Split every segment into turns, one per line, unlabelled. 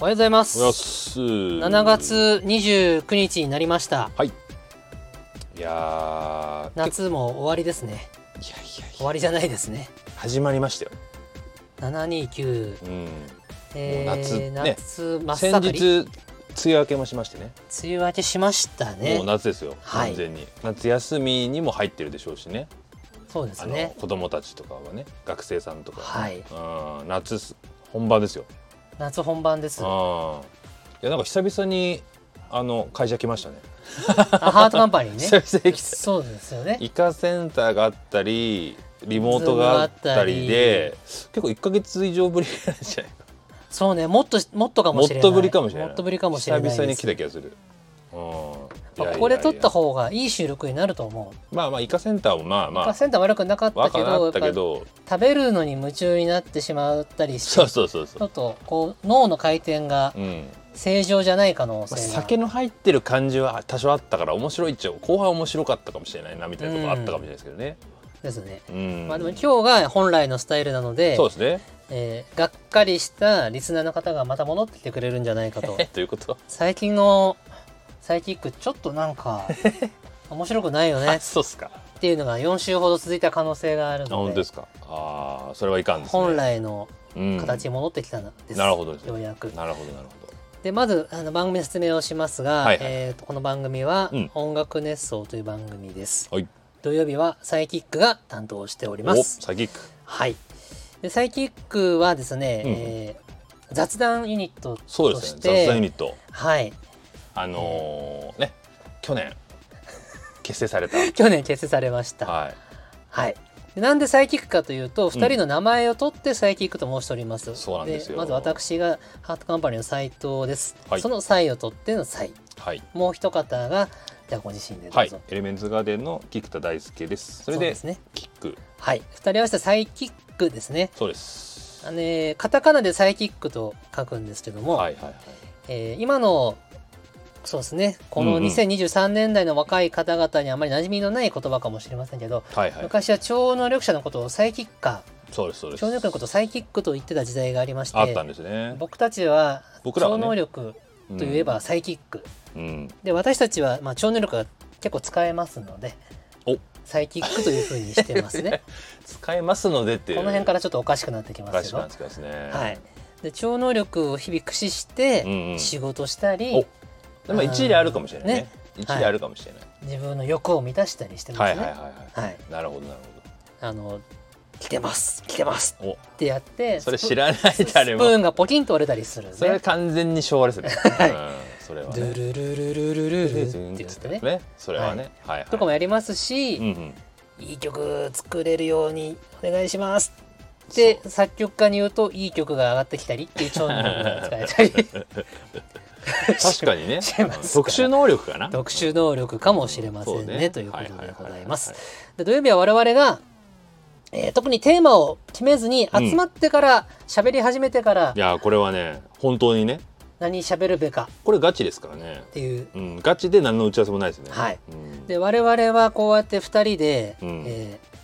おはようございます
おはようございます。
7月29日になりました
いやー
夏も終わりですね
いやいやい
終
や
わりじゃないですね
始まりましたよ。
729
うん。
え
もう夏ね
ー、夏真っ
先
盛り
日梅雨明けもしましてね。
梅雨明けしました
も
ね
う夏ですよ。
はい
完全に。夏休みにも入ってるでしょうしね。
そうです
あの
ね
子供たちとかはね、学生さんとかはね、うん夏す本番ですよ。
夏本番です
うん。い
あ
やなんか久々にあの会社来ましたね。
ハートカンパニー
久
ね
々に来た。
そうですよね
イカセンターがあったり。リモートがあったりで結構1か月以上ぶりぐらいじゃない
そうねもっともっとかも
もっ
しれない
とぶりかもしれない。
もっとぶりかもしれない
久々に
です
来た気がする。うん。いやいやいや
これ撮った方がいい収録になると思う
まあまあイカセンターもまあ
ま
ま
あ、
あ
センター悪くなかった
若
け
か
ど
った
や
け
っぱ
ど、
食べるのに夢中になってしまったりして
そうそうそう
ち
そ
ょ
う。
っとこう脳の回転が
うん。
正常じゃない可能
まあ、
性が、
酒の入ってる感じは多少あったから面白いっちゃ後半面白かったかもしれないなみたいなとこあったかもしれないですけどね。
ですね。
うん。
まあでも今日が本来のスタイルなので
そう、ですね。
えーがっかりしたリスナーの方がまた戻ってきてくれるんじゃないか と
えということは。
最近のサイキックちょっとなん か面白くないよね
あそうっすか。あ
っていうのが4週ほど続いた可能性があるの
本当
で
ですか。ああそれはいかんですね。
本来の
うん
形に戻ってきたんです、
なるほどですね
ようやく
なるほどなるほど。
でまずあの番組の説明をしますが、
はいはい
えーとこの番組は
うん
「音楽熱奏」という番組です、
はい
土曜日はサイキックが担当しておりま
お
す
サキック。
はいでサイキックはですね、
うん
えー雑談ユニット
そう
と
で
し
す
て
ね。雑談ユニット。
はい
あのーね去年結成された。
去年結成されましたはい、
はい。
でなんでサイキックかというと
ん
2人の名前を取ってサイキックと申しております、
そうなんですよ
まず私がハートカンパニーの斎藤です、
はい
その斎を取っての斎
はい。
もう一方がじゃあご自身でど
は
う
い
ぞ、。
エレメンツガーデンの菊田大輔です。それ
そう
で
ですね
キック。
はい、二人合わせたサイキックですね。
そうです。
あのねカタカナでサイキックと書くんですけども、
はいはいはい。
えー今のそうですねこ
うん
の
うん
2023年代の若い方々にあまり馴染みのない言葉かもしれませんけど、
はいはい。
昔は超能力者のことをサイキッカ
そうですそう
ー
です。
超能力のことをサイキックと言ってた時代がありまし
あったん
て
ですね。
僕たちは
僕らは
超
ね
能力
うん
といえば、サイキック、
うん、
で私たちはまあ超能力が結構使えますので
お
サイキックというふうにしてます ね
使えますのでっていう。
この辺かららちょっとおかしくなってきま
お
す
か
け
しく
ど
なってきますね。
はい。、で超能力を日々駆使し
う
て
んうん。
仕事したり、
おでも一理あるかもしれないね
ね。
一理あるかもしれない。
自分の欲を満たしたりしてま
は
す
い
ね、
はいはいはい。
はい
なるほどなる
あの来てます来てます
ほど。
ってやって
お、それ知
スプ
らない
ス
誰
スプー
も。
ンがポキンと折れたりするね
それは完全に昭和ですね。
はい
うんそれは
ドゥ
ね。
ルルルルルルルって言ってね
ね。それはね。はいはい。
とかもやりますし、
うんうん。
いい曲作れるようにお願いしますで作曲家に言うといい曲が上がってきたりっていう超能力が使えたり
確かに ね
しますから
特殊能力かな
特殊能力かもしれませ
そうん
ね,、
ね
ということでございます
は。
で土曜日は我々が、えー特にテーマを決めずに
うん
集まってから喋、り始めてから
いやーこれはね本当にね
何喋るべか
これガチですから
っ
ね
ていう。
うんガチで何の打ち合わせもないですね
はい
うん
で我々はこうやって2人で、
うん
えー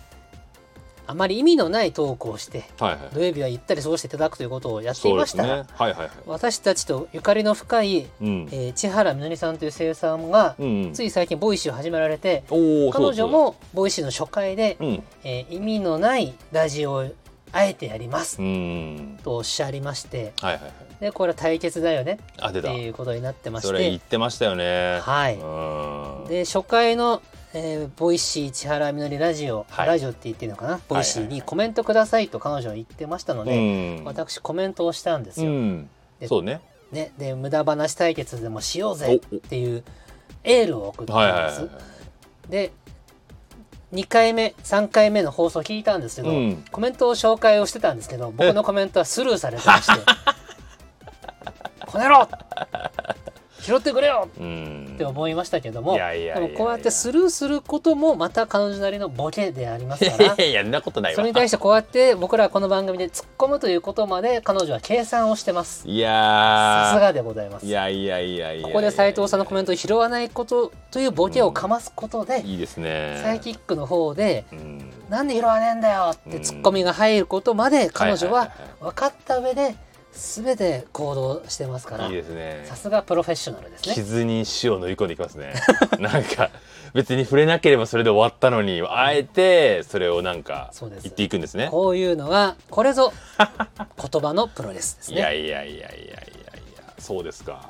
あまり意味のないトークをして
はいはい
土曜日はゆったり過ごしていただくということをやってい
そう
ま
で
し
す
た
ね
が、
はいはいはい
私たちとゆかりの深い、
うん
えー千原みのりさんという声優さんが、
うんうん
つい最近ボイシーを始められて
おお
彼女もボイシーの初回で、
うん
えー意味のないラジオをあえてやります
うん
とおっしゃりまして
はいはいはい
でこれは対決だよね
あ出
って
た
いうことになってまし
それ言っててましたよね
はい
うん
で初回の、えーボイシー千原みのりラジオ、
はい
ラジオって言っていいのかなボイシー
はいはい
に
はい
コメントくださいと彼女は言ってましたので、
うん
私コメントをしたんです
う
よ、
ん
で
そうね
ね、で無駄話対決でもしようぜっていうエールを送ったんです、
はいはいはいは
で2回目3回目の放送聞いたんですけど、
うん
コメントを紹介をしてたんですけど僕のコメントはスルーされてま して「こねろ拾ってくれよ!」
いうん
って思いましたけども
いやいやいやいや
でもこうやってスルーすることもまた彼女なりのボケであります
い
か
や
ら
いやいやんなことない
そ
わ
れに対してこうやって僕らはこの番組で突っ込むということまで彼女は計算をしてます
いやー
さすがでございます
いやいやいやいやいや
ここで斉藤さんのコメントを拾わないことというボケをかますことで、
いいですね
サイキックの方で
うん
「なんで拾わねえんだよ!」ってツッコミが入ることまで彼女は分かった上で全て行動してますから
いいですね
さすがプロフェッショナルですね
傷に塩を塗り込んでいきますね なんか別に触れなければそれで終わったのにあえてそれをなんか
そうです
言っていくんですね
こういうのはこれぞ言葉のプロレスです
いや
ね
いやいやいやいやいやそうですか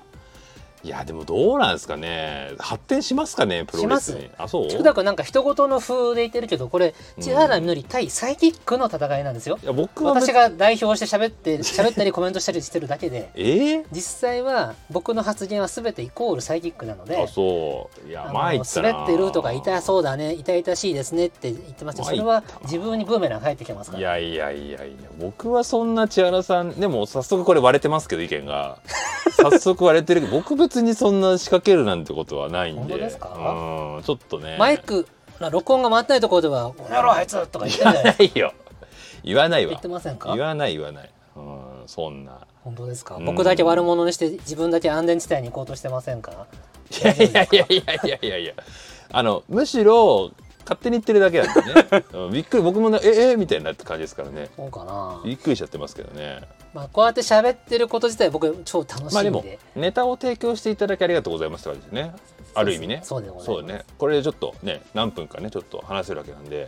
いやでもどうなんですかね発展しますかねプロレスに
し
あそう
福田君なんか人事の風で言ってるけどこれ千原みのり対サイキックの戦いなんですよ
いや僕は別
私が代表して喋って喋ったりコメントしたりしてるだけで
ええ
実際は僕の発言は全てイコールサイキックなので
あそうい
あ
や
の
前ったな
滑ってるとか痛そうだね痛々しいですねって言ってましたそれは自分にブーメラン入ってきますか
い
ら
やいやいやいや僕はそんな千原さんでも早速これ割れてますけど意見が早速割れてるけど 僕別にそんな仕掛けるなんてことはないんで
本当ですか
うんちょっとね
マイク録音が回ってないところでは「この野郎あいつ!」とか言って
言
んじ
わ
ゃない
ないよ言わない
言っ
わ
てません
言
か
わない言わないうんそんな
本当ですか
うん
僕だけ悪者にして自分だけ安全地帯に行こうとしてませんか
いやいやいやいやいやいやいやあのむしろ勝手に言ってるだけなんでね、うんびっくり僕もねええみたいになった感じですからね
そうかな
びっくりしちゃってますけどね
まあこうやって喋ってること自体僕超楽し
まあで
いん
も
で
ネタを提供していただきありがとうございますって感じですねある意味ね
そうでございます
そうねこれでちょっとね何分かねちょっと話せるわけなんで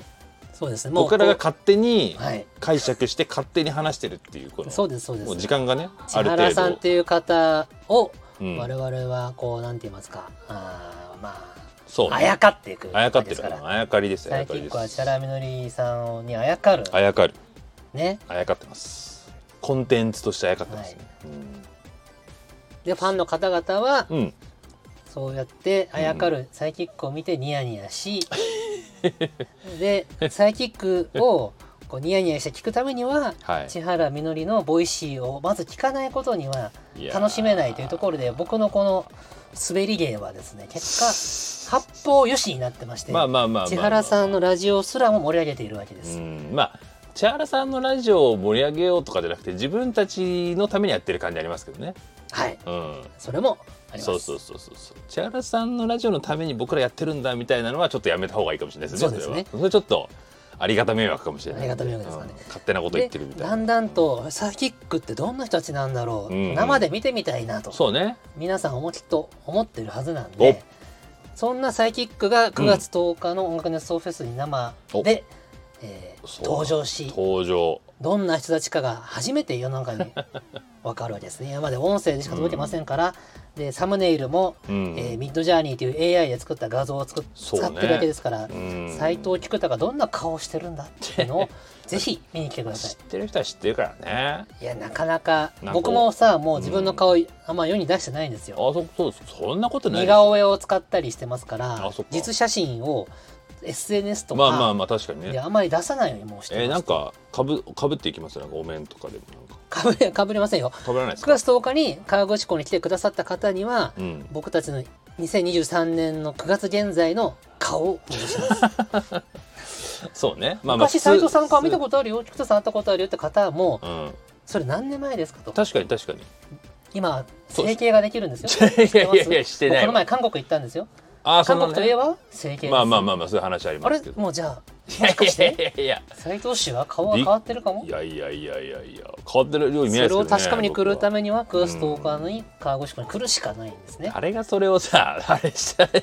そうですねもう
僕らが勝手に
はい
解釈して勝手に話してるっていうこの
そうですそうで
もう
す
時間がねあ
千
る
原
程
さんっ
度
ていう方を
うん
我々はこうなんて言いますか、あーま
そう
ああ
ね
やかっていく
あやかって
です
る
か
かららあやかりですあ
サ
や
イ
か
キ
り
ッ
で
クはチ
す
ャラみのりさんにあやかる
あやかる
ね
あやかってますコンテンツとしてあやかってますね
でファンの方々は
うんうん
そうやってあやかるサイキックを見てニヤニヤし、 でサイキックをこうニヤニヤして聞くためには
はい
千原みのりのボイシーをまず聞かないことにはい
やー
楽しめないというところで僕のこの滑り芸はですね結果八方よしになってまして、
まあまあまあまあ
千原さんのラジオすらも盛り上げているわけで
う
す、
んまあ千原さんのラジオを盛り上げようとかじゃなくて自分たちのためにやってる感じありますけどね
はい
うん
それもあります
そうそうそうそうそう千原さんのラジオのために僕らやってるんだみたいなのはちょっとやめた方がいいかもしれないですね
そうですね
れはそれちょっとありがた迷惑かもしれない
ありがた迷惑ですかね
うん勝手なこと言ってるみ
で
た
だ
いなん
だんとサーキックってどんな人たちなんだろう、
うん
生で見てみたいなと
そうね
皆さん思きっと思ってるはずなんでそんなサイキックが9月10日の音楽熱奏フェスに生で、えー
そう
登場し
登場
どんな人たちかが初めて世の 中に分かるわけですね今まで音声でしか届けませんから、でサムネイルも、
うん、
えーミッドジャーニーという AI で作った画像を作っ
そうね
使ってるわけですから
うん
斎、藤菊太がどんな顔してるんだっていうの をぜひ見に来てくださ
知
い
ってる人は知ってるからね
いやなかなか
なんか
僕もさもう自分の顔、あんま世に出してないんです
あ
よ
そそうですそんなことない
似
ですよ
顔絵を使ったりしてますから
あそっか
実写真を SNS とか、
まあまあまあ確かに
で
ね
あんまり出さないようにもうしてます、
えー、なんかかぶかぶっていきますなんかお面とかでもなんか
かぶれ かぶれませんよ
かぶらないです
9
か
月10日に河口湖に来てくださった方には、
うん
僕たちの2023年の9月現在の顔を お見せします
そうねまあまあ
昔斎藤さんの顔見た
こ
ことあるよ菊田さん会ったことあるよって方も
とうん
それ何年前ですかと
確かに確かに
今
そうで
整
す
形ができるんですよ
いやいやいやしてな
僕こ
いわ
の前韓国行ったんですよ
ああそ
韓
んな
国と
ね
いえば整形です
まあまあまあまあそういう話あり
あ
ま
れ
すけど
もうじゃあ
い
もしかして
やいやいや
斉藤氏は顔が変わってるかも
いやいやいやいやいや変わってるように見えな
そ
いですけ
れ
ど、ね、
を確かめに来るた
め
めには9月10日に川越湖に来るしかないんですねあ
あれがそれをさあれしたら
れ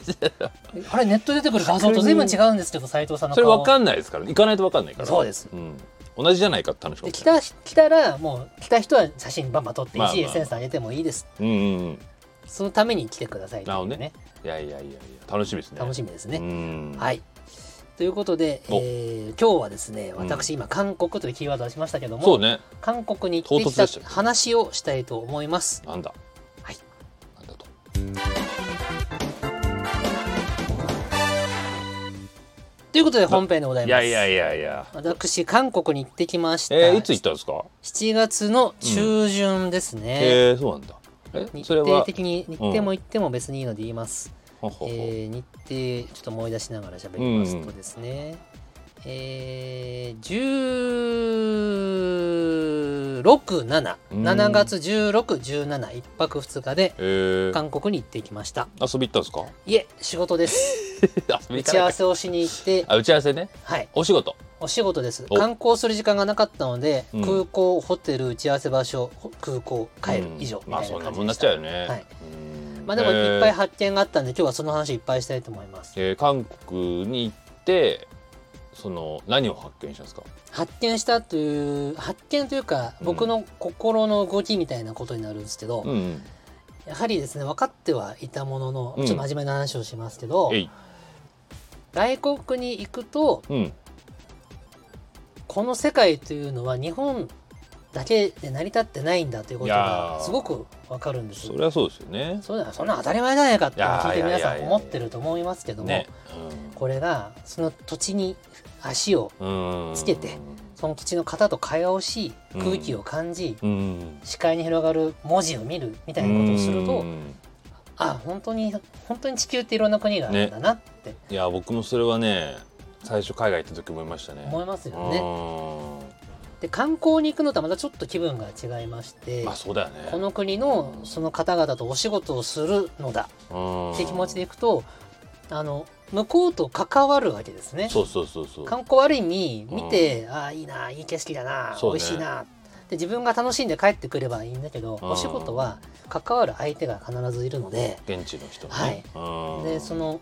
ネットで出てくる画像と随分違うんですけど斉藤さんの
そ
顔
れ分かんないですからね行かないと分かんないから
そうです、
うん、同じじゃないかって話か
で
も
来
しれない
た来たらもう来た人は写真バンバン撮っていい
まあ
し
まあ
SNS 上げてもいいです
うんうんうんい
そのために来てくださいと
なる
い
ほ
う
ど
ね
ねやいやいやいや楽しみですね
楽しみですね、
うん
はいということで、え
お
ー今日はですね私今韓国というキーワードを出しましたけども、
そうね
韓国に行ってき
唐突
た
でした
話をしたいと思います
なんだ
はい
なんだと
ということで本編でござい
い
ま
や
す
いやいやいや
私韓国に行ってきました、
えー、いつ行ったんですか
7月の中旬ですね、
えー、そうなんだえ
日
それ
程
は
的に日程も行っても別にいいので言います、
ほほほ
えー日程ちょっと思い出しながら喋りますとですね、えー、
うん
167月1617泊2日で
えー、
韓国に行ってきました
遊び行ったんですか
いえ仕事です
遊
打
び行か
ち合
な
わ
いか
せをしに行って
あ打ち合わせね
はい
お仕事
お仕事です
お
観光する時間がなかったので、
うん
空港ホテル打ち合わせ場所ほ空港帰る、
うん
以上み
まあ
たい
そ
なん
な
感じ
もん
で
なっ
し
ち
た
ゃうよね、
はい
うん
まあでもいっぱい
えー
発見があったんで今日はその話いっぱいしたいと思います
えー韓国に行ってその何を発見したんですか
発見したという発見というか
うん
僕の心の動きみたいなことになるんですけど、
うんうん
やはりですね分かってはいたもののち
う
ょ
ん
っと真面目な話をしますけど、
えい
外国に行くと
うん
この世界というのは日本だけで成り立ってないんだということ
いや
が
ー
すごく分かるんです
それはそうですよね
そうだそんな当たり前じゃないかって聞い
い
て
やー
皆
い
さ
やいやい
ん
や
思ってると思いますけども、
ね
これがその土地に足を
うん
つけてその土地の方と会話をし空気を感じ、
うん
視界に広がる文字を見るみたいなことをすると、
うん
あ本当に本当に地球っていろんな国があるんだなって
いや僕もそれはね最初海外行った時思いましたね
思いますよね。
う
で観光に行くのとはまたちょっと気分が違いまして
んまあそうだよね
この国のその方々とお仕事をするのだ
の
って気持ちでいくとあの向こうと関わるわけですね。
そうそうそうそう
観光ある意味見て、ああいいないい景色だな、
そ
美
うね
味しいなで自分が楽しんで帰ってくればいいんだけど、
うん
お仕事は関わる相手が必ずいるので
現地の人も
はい
ねうん
でその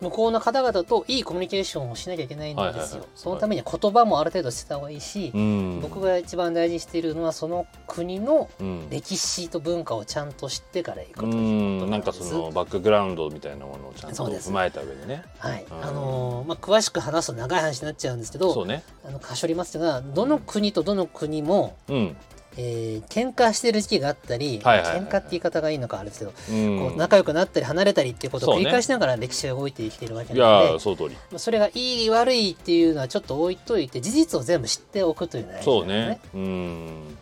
向こうの方々といいコミュニケーションをしなきゃいけないんですよ、
はいはいはい
そのためには言葉もある程度してた方がいいし、
うん
僕が一番大事にしているのはその国の
うん
歴史と文化をちゃんと知ってから行くと
う
いうこと
ん
な
なんん
で
か
す
そのバックグラウンドみたいなものをちゃんと
そうです
踏まえた上でね
はい、
うん
あのーまあ、詳しく話すと長い話になっちゃうんですけど
そうね
あのかしょりますがどの国とどの国も、
うん
えー喧嘩してる時期があったり、
はいはいはいはい
喧嘩って言い方がいいのかあれですけど、
うん
こう仲良くなったり離れたりっていうことを
そう
繰
ね
り返しながら歴史が動いてきているわけ
い
なので
やーその通り
まあそれがいい悪いっていうのはちょっと置いといて事実を全部知っておくというのが大事
そ
な
う
んで
ねうん
すね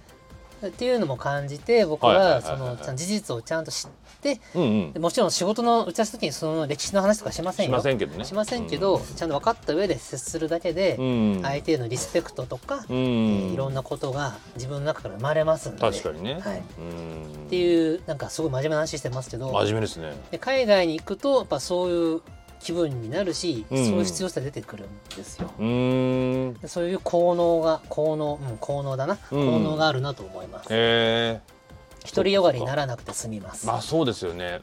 っていうのも感じて僕
はいはいは
はい
は
そ
い
のちゃん事実をちゃんと知って
うんうん
でもちろん仕事の打ち合わせの時にその歴史の話とかしません
し
よ
ませんけどね
しませんけど、ちゃんと分かった上で接するだけで、
うん
相手へのリスペクトとか、え
うん
ーいろんなことが自分の中から生まれますんで
確かにね
はい
うん
っていうなんかすごい真面目な話してますけど
真面目ですね
で海外に行くとやっぱそういう気分になるし、
うん
そういう必要さ出てくるんですよ。
うん
でそういう効能が効能うん効能だな、
うん
効能があるなと思います。
えー
独りよがりにならなくて済みます。
まあそうですよね。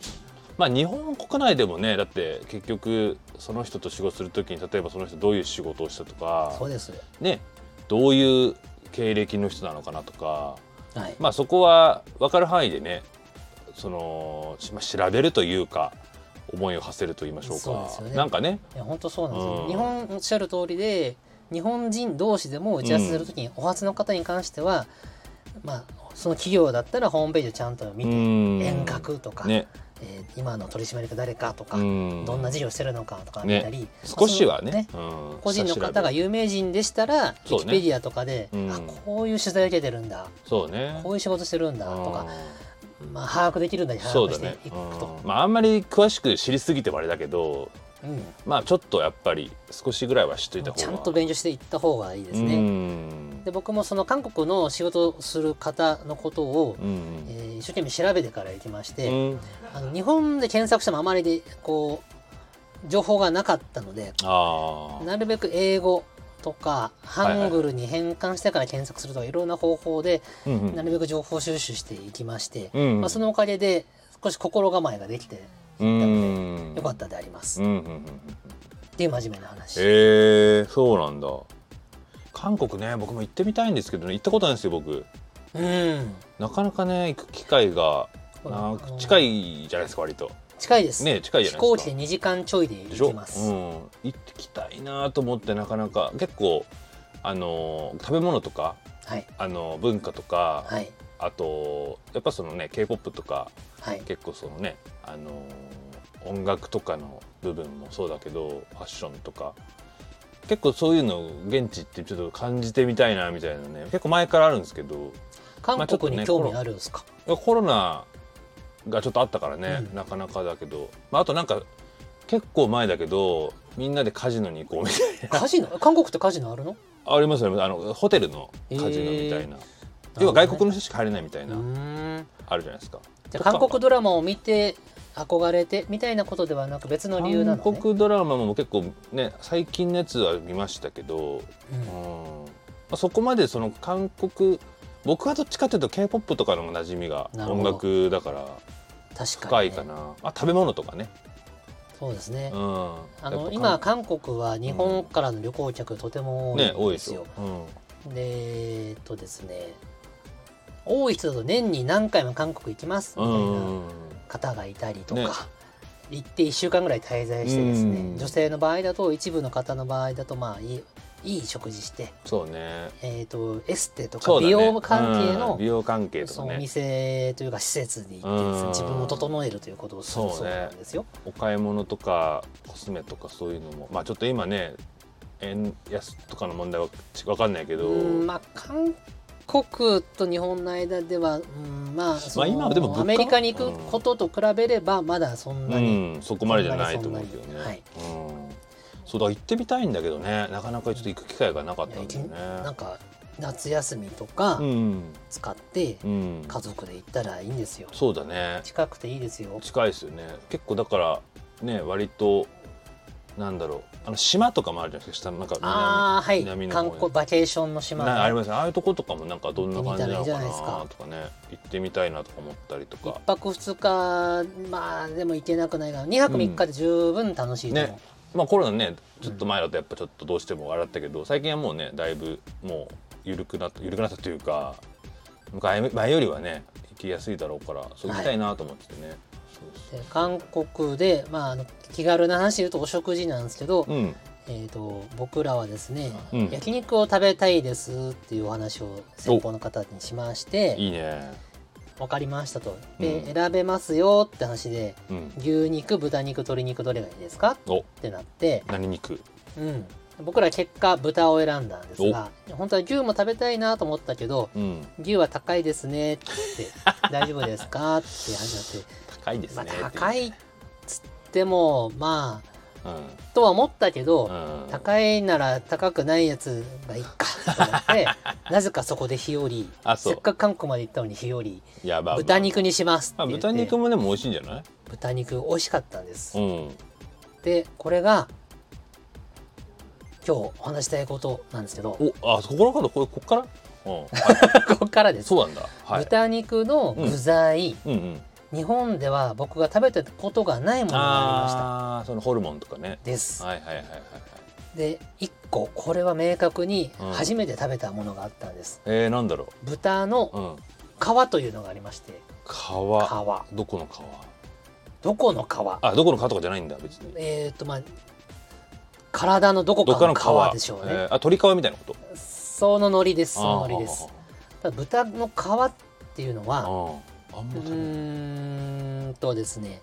まあ日本国内でもねだって結局その人と仕事するときに例えばその人どういう仕事をしたと
そ
か
うです。
ねどういう経歴の人なのかなとか
はい。
まあそこは分かる範囲でねそのしまあ調べるというか思いを馳せると言いましょう
そうで
か
すよね
なんかね
いや本当そうなんですよ、
うん
日本おっしゃる通りで日本人同士でも打ち合わせするときに、お初の方に関してはまあその企業だったらホームページをちゃんと見
う
て、
ん
遠隔とか、
ね
えー今の取締役誰かとか、
うん
どんな事業してるのかとか見たり、
少しはね
まあそ
うん
の個人の方が
下調
有名人でしたら、ウ
そう
ィキ
ね
ペディアとかで、
うん
あこういう取材受けてるんだ
べそうね
こういう仕事してるんだとか、
うん
まあ、把握できるんだり把
そう
握
だ
して
ね
いくと、
うんまああんまり詳しく知りすぎてもあれだけど
うん
まあちょっとやっぱり少しぐらいは知っといた方が
ちゃんと勉強していった方がいいですね。
うん
で僕もその韓国の仕事をする方のことを、
うん
えー一生懸命調べてから行きまし
う
て、
ん
あの日本で検索してもあまりでこう情報がなかったので
ああ
なるべく英語とか
いはい
ハングルに変換してから検索するとかいろんな方法で
うんうん
なるべく情報収集していきまして、
うん
まあ、そのおかげで少し心構えができて
うん
よかったであります、
う
っ
んうんうん
ていう真面目な話、
へえそうなんだ韓国ね僕も行ってみたいんですけどね行ったことないんですよ僕
うん
なかなかね行く機会がなく近
あの
いじゃないですか割と
近いです、
ね近いじゃ
飛
ないです
行
か
機で2時間ちょいで
でし
行
ょ、う
き
ん、
ます、
行ってきたいなと思ってなかなか結構あのー食べ物とか
はい
あのー文化とか、
はい
あとやっぱそのね k p o p とか
はい
結構そのねあのー音楽とかの部分もそうだけどファッションとか結構そういうのを現地ってちょっと感じてみたいなみたいなね結構前からあるんですけど
韓
まあちょっと
国
ね
に興味あるんですか、
コロナがちょっとあったからね、
うん
なかなかだけど、まあ、あとなんか結構前だけどみんなでカジノに行こうみた い
カジノ韓国ってカジノあるの
なありますよねあのホテルのカジノみたいな、要は外国の人しか入れないみたいな、
うーん
あるじゃないですか
じゃあ韓国ドラマを見て憧れてみたいなことではなく別の理由なの
韓
ね。
国ドラマも結構ね最近のやつは見ましたけど、
うん
うんまあ、そこまでその韓国僕はどっちかというと k p o p とかの馴染みが
なるほ
音
ど
楽だから
確か
深
に、
い
ね、
かな、あ食べ物とかね、
そうですね。
うん、
あ
やっ
の
ぱ
今韓国は日本からの旅行客とても多い
ね多
ん
い
で
です
すよ
よ。、うん、
でえっとですね多い人だと年に何回も韓国行きますみたいな方がいたりとか、
ね
行って1週間ぐらい滞在してです
う
ね
ん
女性の場合だと一部の方の場合だとまあいいいい食事して、
そうね
えっとエステと
そ
か
うだね
美容関係
う
の
ん、美容関係と
その
か
お
ね
店というか施設に行ってですね、
うん
自分を整えるということをする
そ
そうう
ね
なんですよ。
お買い物とかコスメとかそういうのもまあちょっと今ね円安とかの問題は分かんないけど
うんまあ韓国と日本の間では、うん、まあその
今はでも物価
アメリカに行くことと比べればまだそんなに、
うん、そこまでじゃないと思うけど
そん
ね、
なにはい
うん、そうだ行ってみたいんだけどねなかなかちょっと行く機会がなかったんだよ
なん
ね
か夏休みとか
うん、
使って
うん、
家族で行ったらいいんですよ。
そうだね
近くていいですよ。
近いですよね結構だからね割となんだろうあの島とかもあるじゃないですか下のなんか南
ああはい
南の方
観
に
光バケーションの島
なあり
ね
ますねああいうとことかもなんかどんな感じ
行っ
なの
てみたら
か
いい
な
じゃないで
とかね行ってみたいなとか思ったりと
一
か
泊二日まあでも行けなくないが二泊三日で十分楽しいと思う。
ねまあコロナねちょっと前だとやっぱちょっとどうしても笑ったけど、最近はもうねだいぶもう緩くなった緩くなったというか前前よりはね行きやすいだろうからそう行きたいなと思っててね、そう
で韓国で、まあ、あの気軽な話で言うとお食事なんですけど、
そううん
えー、と僕らはですね、
うん
焼肉を食べたいですっていうお話を先方の方にしまして
いいね
分かりましたとで、
うん
選べますよって話で
うん
牛肉豚肉鶏肉どれがいいですか
お
ってなって、
何肉
うん、僕ら結果豚を選んだんですが本当は牛も食べたいなと思ったけど
うん
牛は高いですね って大丈夫ですかって話になって、
高いです
まあ
ね、、
高いっつってもまあ
うん
とは思ったけど、
うん、
高いなら高くないやつがいいかと思って なぜかそこで日和
あそう
せっかく韓国まで行ったのに日和
いやば
豚肉にしますって
あ
言って
豚肉もでも美味しいんじゃない
豚肉美味しかったんです、
うん
でこれが今日お話したいことなんですけど
おあそこらからこれこっからうん
ここからです、
そうなんだはい
豚肉の具材、
うんうん
日本では僕が食べたことがないものがありました
ああそのホルモンとかね
です
はいはいはいはいはい
で1個これは明確に
うん
初めて食べたものがあったんです、
えー、なんだろ
豚
う
の
うん
皮というのがありまして
皮
皮
どこの皮
どこの皮
あどこの皮とかじゃないんだ別に
えっ、とまあ体のどこ
どっ
か
かの
の
皮
皮でしょうね、
えーあ鳥皮みたいなこと
そのノリですそのノリです
あ
ただ豚の皮っていうの
ー
は
あーあーあん
う
ま食べない
ーんとですね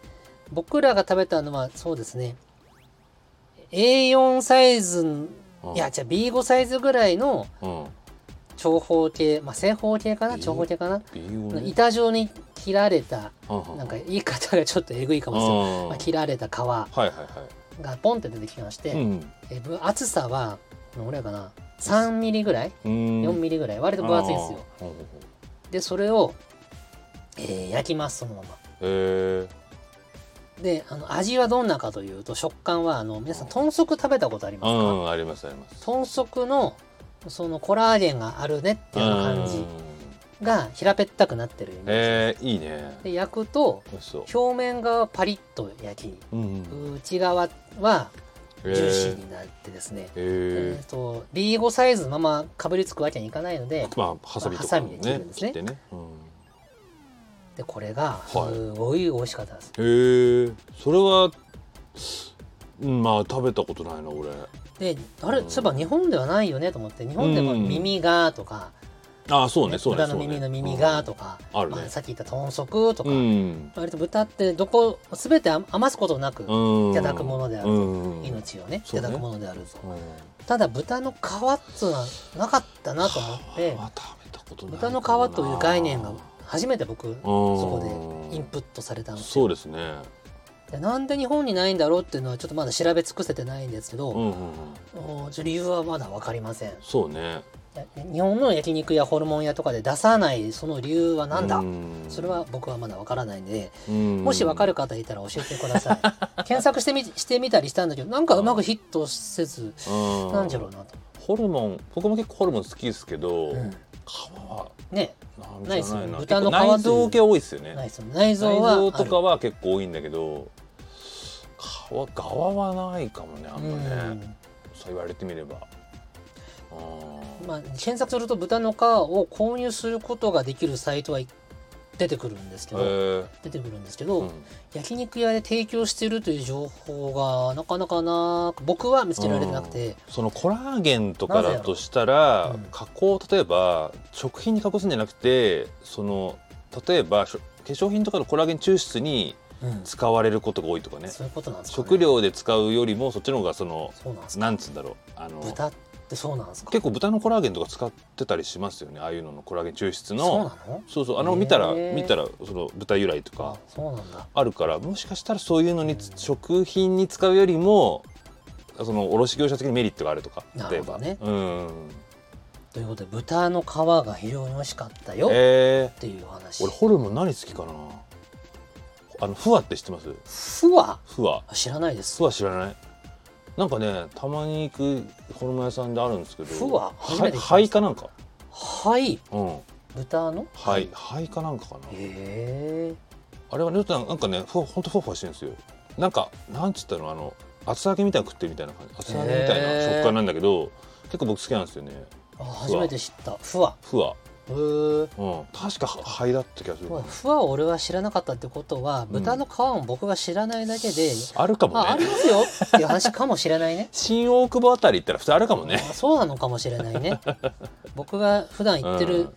僕らが食べたのはそうですね A4 サイズ
うん
いやじゃあ B5 サイズぐらいの
うん
長方形まあ正方形かな
えー
長方形かな、
美容ね
板状に切られた
うん
なんか言い方がちょっとえぐいか
うん
もしれない、ま
は
あ、
い
切られた皮が
はいは
ポンって出てきまして、
いうん
えぶ厚さはどのぐらいかな3ミリぐらい
うん
4ミリぐらい割と分厚いんですよ
あーほうほうほう
でそれを、えー焼きますそのまま
へえ
であの味はどんなかというと食感はあの皆さん豚足食べたことあり
う
ますか、
んありますあります
豚足のそのコラーゲンがあるねっていう感
うん
じが平べったくなってるイメージ
へえいいね
で焼くと
美味しそう
表面側はパリッと焼き
うんうん
内側は
へ
ジューシーになってですね、
えへ
え
え
ー、と B5 サイズのままかぶりつくわけにいかないので
まあハサミ
ま
と
あハサ
か
ミ
も
で切る
ね
んです
切
ね
ってねうん
でこれが
はい
すごい美味しかったです、
へえそれはうんまあ食べたことないな俺
であれ
うん
そういえば日本ではないよねと思って日本でも
うん
耳がとか、
あそうねそうね
豚の
そうね
耳の耳がとか、
うんあるね
まあさっき言った豚足とか、
うん
割と豚ってどこ全て余すことなく
うん
いただくものである
うん
命をねい
そう
た
ね
だくものであると、
うん
ただ豚の皮っつうのはなかったなと思って
あ食べたことない
豚の皮という概念が
うん
初めて僕そこでインプットされたんですよ
そうですね
でなんで日本にないんだろうっていうのはちょっとまだ調べ尽くせてないんですけど、
うんうんうん
おちょ理由はまだ分かりません
そうね
や日本の焼肉やホルモン屋とかで出さないその理由は何だ、
うん
それは僕はまだわからないんで、
も
もしわかる方いたら教えてください検索してみしてみたりしたんだけどなんかうまくヒットせずなんじゃろうなと、
ホルモン僕も結構ホルモン好きですけど、
うん
皮は
ね
なん
ないっす
じゃ
よ
ないな
豚の皮
結構内臓系多いですよね
ないですよね内
内
臓は
臓
あ
と
る
かは結構多いんだけど皮側はないかもねあんまねそう言われてみればあ
う
ー
んまあ、検索すると豚の皮を購入することができるサイトはい出てくるんですけ
へ
ど、
ー
出てくるんですけど、
うん
焼肉屋で提供してるという情報がなかなかなく僕は見つけられてなくて、
そのコラーゲンとかだとしたら、
なぜやろうん
加工例えば食品に加工するんじゃなくてその例えばしょ化粧品とかのコラーゲン抽出に
うん
使われることが多いとかね
そういうことなんですか、ね、
食料で使うよりもそっちの方がその
そうなんですか
なんつうんだろうあの
豚ってそうなんですか
結構豚のコラーゲンとか使ってたりしますよねああいうののコラーゲン抽
そ
出
う
の
なの
そうそうあの見たら
へー
見たらその豚由来とか
そうなんだ
あるからもしかしたらそういうのにつ
うん
食品に使うよりもその卸業者的にメリットがあるとか
な
例え
るほ
ば
どね
うん
ということで豚の皮が非常に美味しかったよっ
え
ていうお話
ー、俺ホルモン何好きかなあのフワって知ってます
ふわ
フワ
知らないです
フワ知らないなんかねたまに行くホルモン屋さんであるんですけど
フワ初めて聞きました
灰かなんか
はい
うん
豚の
灰灰かなんかかな
へえ
あれはねちょっとなんかねふわほんとふわふわしてるんですよなんかなんつったのあの厚揚げみたいなの食ってるみたいな感じ厚揚げみたい
へ
な
ー
食感なんだけど結構僕好きなんですよね
あ初めて知ったふわ
ふわ
へー
うん確かは灰だった気がする
ふわふわを俺は知らなかったってことは豚の皮も僕が知らないだけで、
あるかも
ああり
ね
ますよっていう話かもしれないね
新大久保あたり行ったら普通あるかもね
あそうなのかもしれない ね僕が普段行ってる、
うん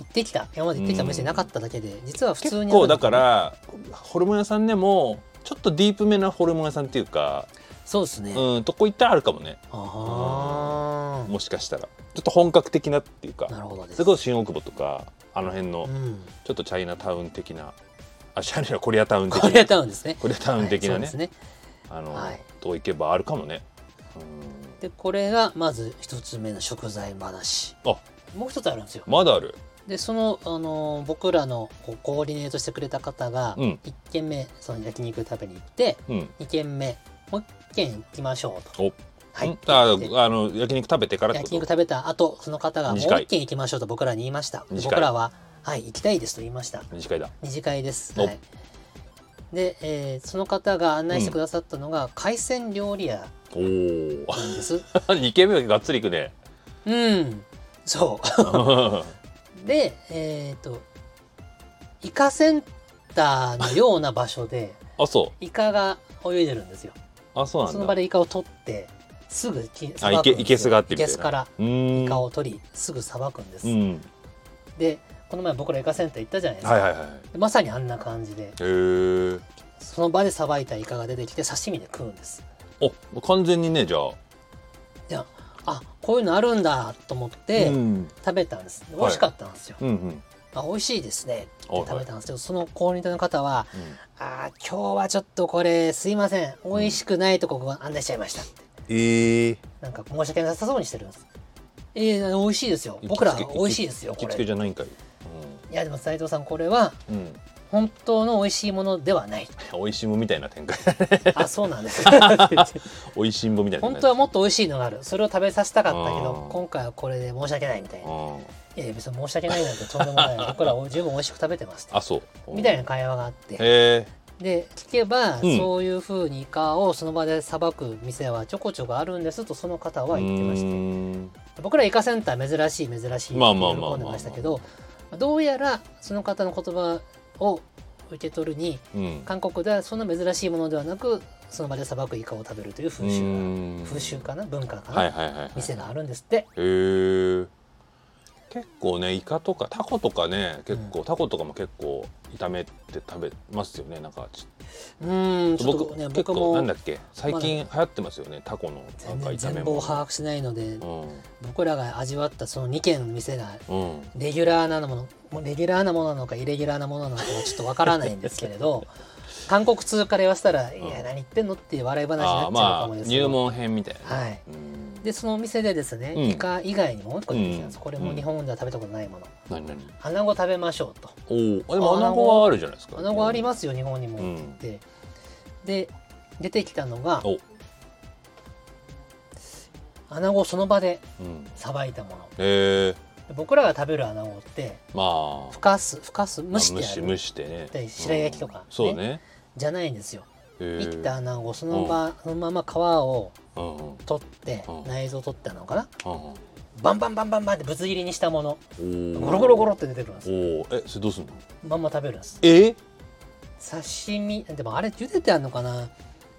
行ってきた今まで行ってきた店なかっただけで実は普通
結
にある
構だからホルモン屋さんでもちょっとディープめなホルモン屋さんっていうか
そうですね、あ
うんとこ行ったらあるかもね
あ
もしかしたらちょっと本格的なっていうか
なるほどです
それこそ新大久保とかあの辺の
うん、
ちょっとチャイナタウン的なあチャイナじゃないコリアタウン的
コ
な
リアタウンですね
コリアタウン的な
はい
ね,、
そうですね
あの、
はい
と行けばあるかもね
でこれがまず一つ目の食材話
うんあ
もう一つあるんですよ
まだある
でその、あのー僕らのこうコーディネートしてくれた方が
うん
1軒目その焼肉食べに行って
うん
2軒目もう1軒行きましょうと
お
はい
んあ
で
あの焼肉食べてからってこ
焼
と
肉食べた後その方がもう
二次会
1軒行きましょうと僕らに言いました
二次会
僕らははい行きたいですと言いました
二次会だ
二次会です、
お
はい、で、えーその方が案内してくださったのが海鮮料理屋
お お
なんです
二軒目はがっつり行くね
うんそう
は
でえっ、とイカセンターのような場所で
いあそ
イカが泳いでるんですよ
うあそうなん
そ
だ
の場でイカを取ってすぐきさ
あ
ば
い
く
け
んですよ
いけすがあって
い
みた
け
いな
すから
うーん
イカを取りすぐさばくんです、
うん
でこの前僕らイカセンター行ったじゃないですか、
はいはいはい
でまさにあんな感じで
へー
その場でさばいたイカが出てきて刺身で食うんです
お完全にねじゃあ
あこういうのあるんだと思って
うん
食べたんです、
い
美味しかったんですよ、
うんうん
あ美味しいですねって
はい
食
は
べ
い
たんですけど、その購入の方は
うん
「あー今日はちょっとこれすいません美味しくないとここが案内しちゃいました」って
ええ
なんか申し訳なさそうにしてるんですえー、美味しいですよ僕ら美味しいですよ
行き
こ
つ
れ
けじゃないんかい
いやでも斉藤さんこれは
うん、うん、
本当の美味しいものではない
おいしんぼみたいな展開
あそうなんです
おいしんぼみたいな
本当はもっ
と
と美味しいのがあるそれを食べさせたかったけど
あー
今回はこれで申し訳ないみたいない
あ
やいや別に申し訳ないなんてとんでも ない僕ら十分美味しく食べてます
あそう
みたいな会話があって
へえ
で聞けば、
うん
そういうふうにイカをその場でさばく店はちょこちょこあるんですとその方は言ってまし
した
僕らイカセンター珍しい珍しいって
まあまあまあまあ
喜んでましたけどどうやらその方の言葉を受け取るに
てうん
韓国ではそんな珍しいものではなくその場でさばくイカを食べるという風習が
うん
風習かな文化かな、
はいはいはい、はい、
店があるんですって
へえ結構ねイカとかタコとかね結構、タコとかも結構炒めて食べますよねなんかち
うんちょっと
僕、
ね
結
僕
構なん
も
だっけ最近流行ってますよねタコのなん
全然
か炒め
全貌
物
を把握しないので
う
僕らが味わったその2軒の店が
ん、うん、
レギュラーなものもうレギュラーなものなのかイレギュラーなものなのかはちょっとわからないんですけれ ど韓国通から言わせたら「いや何言ってんの?」っていう笑い話になっちゃうか
あ
も
ーまあ
ですけ
入
ど、
門編みたいなね、
はい
うん
でそのお店でですね、
うん
イカ以外にももう一個出てきたんです、
うん
これも日本では食べたことないもの
何何
穴子食べましょうと
おおでも穴子はあるじゃないですか
穴子あり
す
ますよ日本にもって言って、で出てきたのが
お
穴子をその場で
うん
さばいたもの
えー、
で僕らが食べる穴子って
まあ
ふかすふかす蒸し
まあ蒸
て
し
ある
蒸してね
で白焼きとかね
うんそうね
じゃないんですよ
え
生きた穴子をその場、そのまま皮を
うんうん
取って、
うん
内臓を取ったのかな
うん
バンバンバンバンバンってぶつ切りにしたもの
うんおー
ゴロゴロゴロって出てくるんです
おおえそれどうすんの
まんま食べるんです
え
刺身でもあれ茹でてあるのかな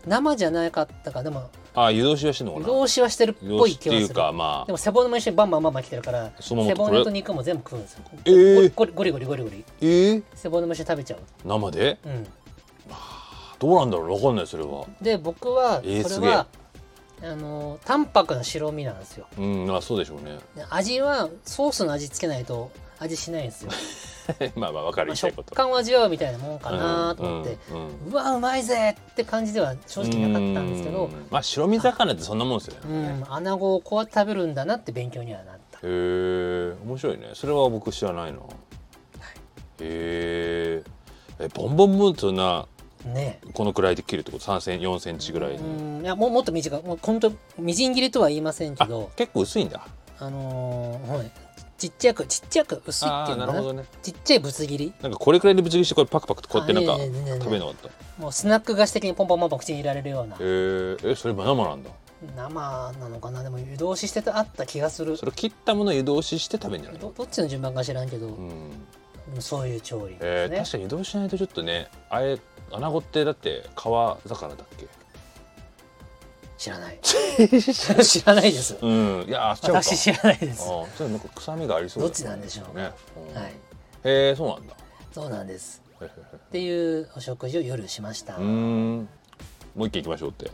生じゃなかったかでも
あ湯通しはしてんのか
湯
な
通しはしてるっぽい
って
気は
い
す
う
る
かま
で
あ
も背骨も一緒にバンバンバンバン来てるから
そのま
背
まこれ
骨と肉も全部食うんですよ
えー
ゴリゴリゴリゴリゴリ
えー、
背骨も一緒に食べちゃう
生で
うん
どうなんだろうわかんないそれは
で僕は
えー
それは、あのー淡白な白身なんですよ
うんまあそうでしょうね
で味はソースの味つけないと味しないん ですよ、
まあまあわか
ま
る
あ
言いたいこ
食
と
感を味わうみたいなもんかなと思って、
うんうんうん
うわうまいぜって感じでは正直なかったんですけ
う
ど
んまあ白身魚ってそんなもんですよ
う
ね
ん穴子をこうやって食べるんだなって勉強にはなった
へえ面白いねそれは僕知らないなへーえボンボンボンってそんな
ね
このくらいで切るってこと3セン4センチぐらいに
うんいやもうもっと短いもう本当みじん切りとは言いませんけ
あ
ど
結構薄いんだ
あのーはいちっちゃくちっちゃく薄いっ
あ
て
あ
いう
ー
のか
なる
な
ほどね
ちっちゃいぶつ切り
なんかこれくらいでぶち切りしてこれパクパクとこうやってなん
あ
か
いやいや全然
食べなかったへ
もうスナック菓子的にポンポンポンポン口に入れられるような
ええそれ生なんだ
生なのかなでも湯通ししてたあった気がする
それ切ったものを湯通しして食べるんじゃないの
どどっちの順番か知らんけど、
うん
そういう調理で
え
す
ー
ね、
確かに移動しないとちょっとねあれ穴子ってだって川魚だっ
知らない 知らないです
けうんいやあっちゃうか
私知らないで
あ
す
ーちょっとなんか臭みがありそう
どっちなんでしょう
ね、ん
はい
へえそうなんだ
そうなんです
へへへ
っていうお食事を夜しました、
うーんもう一軒行きましょうって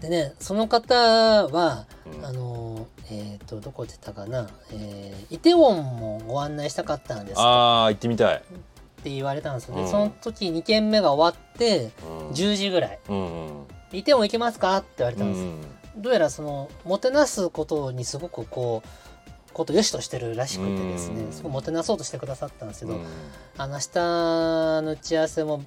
でねその方は、
うん
あのえっ、とどこって言ったかな、えー、イテウォンもご案内したかったんですっ
ああ行ってみたい、
て言われたんですよね、
うん
その時2軒目が終わって
うん、
10時ぐらい
うんうん
「イテウォン行きますか?」って言われ
う
たんです、
ん
どうやらそのもてなすことにすごくこうことを良しとしてるらしくてですね、
うん
すごいもてなそうとしてくださったんですけ
う
ど、
ん
あの明日の打ち合わせも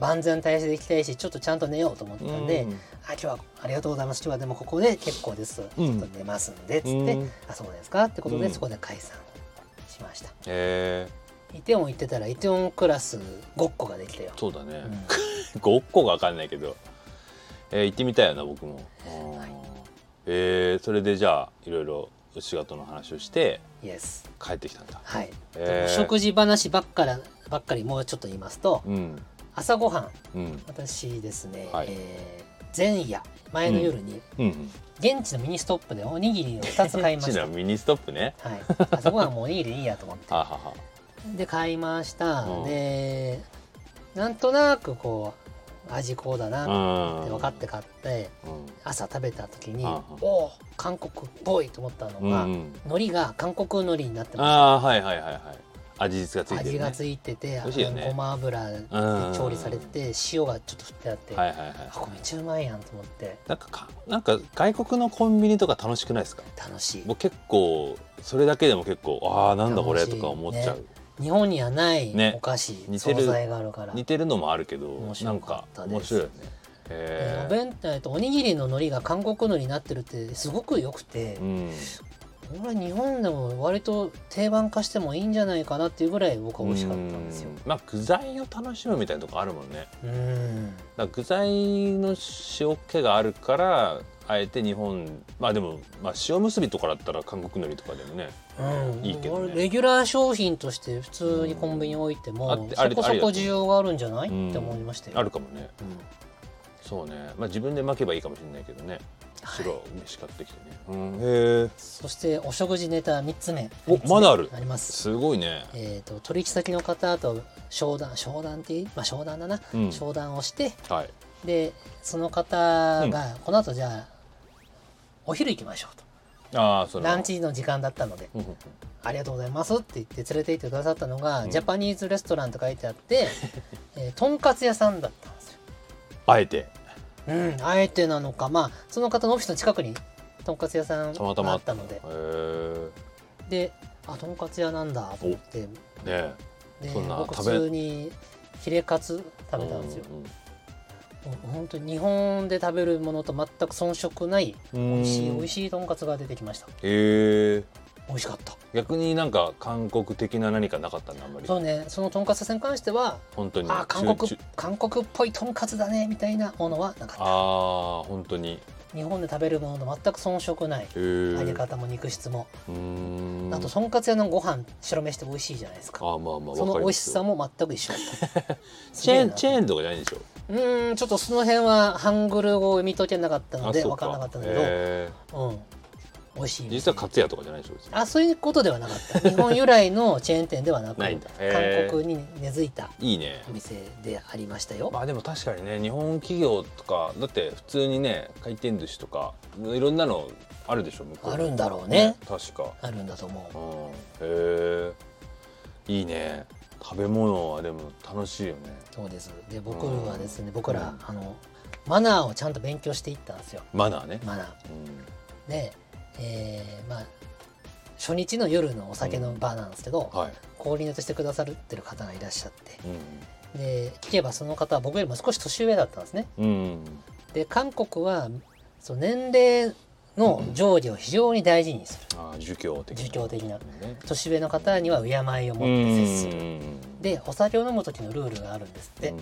万全体制で行きたいしちょっとちゃんと寝ようと思ったんで、あ今日はありがとうございます今日はでもここで結構です、
うん
ちょっと寝ますんでっつって、
うん
あそうですかってことで、
うん
そこで解散しました
え
イテウォン行ってたらイテウォンクラスごっこができたよ
ー、、そうだね、
うん
ごっこがわかんないけど、えー行ってみたいよな僕も、
はい
えーそれでじゃあいろいろ仕事の話をして
イエス
帰ってきたんだ
はい、
えー
お食事話ばっからばっかりもうちょっと言いますと
うん
朝ごはん
うん
私ですね、
はい
えー前夜前の夜に
うん
現地のミニストップでおにぎりを2つ買いま
ち
し
な
た、
ミニストップね
はい、朝ごはんもうおにぎりでいいやと思って
ははは
で買いました、
うん
でなんとなくこう味こうだなって分かって買って
うん
朝食べた時に、
うん
おお韓国っぽいと思ったの
うん
が、
うん
海苔が韓国海苔になってま
ああはいはいはいはい味がつ
す
いてる、ね、
味がついてて、
美味しいよね
あのごま油で
うん
調理されてて塩がちょっと振ってあって、
はいはいはい
あこれめっちゃうまいやんと思って
なんかかなんか外国のコンビニとか楽しくないですか
楽しい
もう結構それだけでも結構ああなんだこれ
楽し
と
い
か思っちゃう、
ね日本にはない
ね
お菓子、
似て
惣
る
菜があるから
似てるのもあるけど
面
な
白
ん
か
か
ったです
面白いよね
えーお
へ
弁当えっとおにぎりの海苔が韓国海苔になってるってすごく良くて、
えうん
これ日本でも割と定番化してもいいんじゃないかなっていうぐらい僕は美味しかったんですよ
う。まあ具材を楽しむみたいなとこあるもんね
うん
だから具材の塩気があるからあえて日本まあでも、まあ、塩結びとかだったら韓国海苔とかでもね
うん
いいけどね
俺レギュラー商品として普通にコンビニ置いても、
うんあってあ
そ
り
こそ
ありだ
こと需要があるんじゃない、
うん
って思いましたよ。
あるかもね
うん
そうねまあ自分で巻けばいいかもしれないけどね
はい
白飯買ってきてね、うん、へえ
そしてお食事ネタ3つ目
お
三つ目
まだある
あります。
すごいね
えー、と取引先の方と商談商談っていいまあ商談だな、
うん
商談をして
はい
でその方が、この後じゃあお昼行きましょうと
ああその
ランチの時間だったので
うんうん
ありがとうございますって言って連れて行ってくださったのが、
うん
ジャパニーズレストランと書いてあ って、えーとんかつ屋さんだったんですよ。
あえて
うん、あえてなのかまあその方のオフィスの近くにとんかつ屋さん
たまたま
あったので
へえ
であとんかつ屋なんだと思って
ね
で
そんな
僕普
食べ
通にヒレカツ
え
食べたんですよ、
う
もう本当に日本で食べるものと全く遜色ない美
ん
味しい美味
しい
しいとんかつが出てきました
へえ
美味しかった
逆になんか韓国的な何かなかったんだあんまり
そうねそのとんかつ屋さんに関しては
本当に
あー韓
中
国
中
韓国っぽいとんかつだねみたいなものはなかっ
ああ本当にへ
た日本で食べるものと全く遜色ない
え
揚げ方も肉質も、
うーん
あととんかつ屋のご飯白飯って美味しいじゃないですか
あーまあまあ
そ
わ
の
かり
美
ま
味し
す
さも全く 一緒だったす
チ
げえ
ェーン
な
チェーンとかじゃないんでしょ
うーんちょっとその辺はハングル語を読み解けなかったので
そう
分からなかったんだけど、
へ
うん美味しい
え
店
実はカツヤとかじゃないでしょ別に
あそういうことではなかった日本由来のチェーン店ではなく
ないんだへ
韓
ー
国に根付いた
いいね
お店でありましたよ、
まあでも確かにね日本企業とかだって普通にね回転寿司とかいろんなのあるでしょ向こう
あるんだろうね
確か
あるんだと思う
うんへえいいね食べ物はでも楽しいよね
そうですで僕はですね僕
う
ら
ん
あのマナーをちゃんと勉強していったんですよ
マナーね、
マナー
うん
で、えーまあ初日の夜のお酒のバーなんですけど、
はい、
コーディネートしてくださってる方がいらっしゃって
う
で聞けばその方は僕よりも少し年上だったんですね
んうん、
で韓国はその年齢の上下を非常に大事にする
ああ儒教的な
儒教的な
ね
年上の方には敬いを
う
持って接する
ん
でお酒を飲む時のルールがあるんですって
うん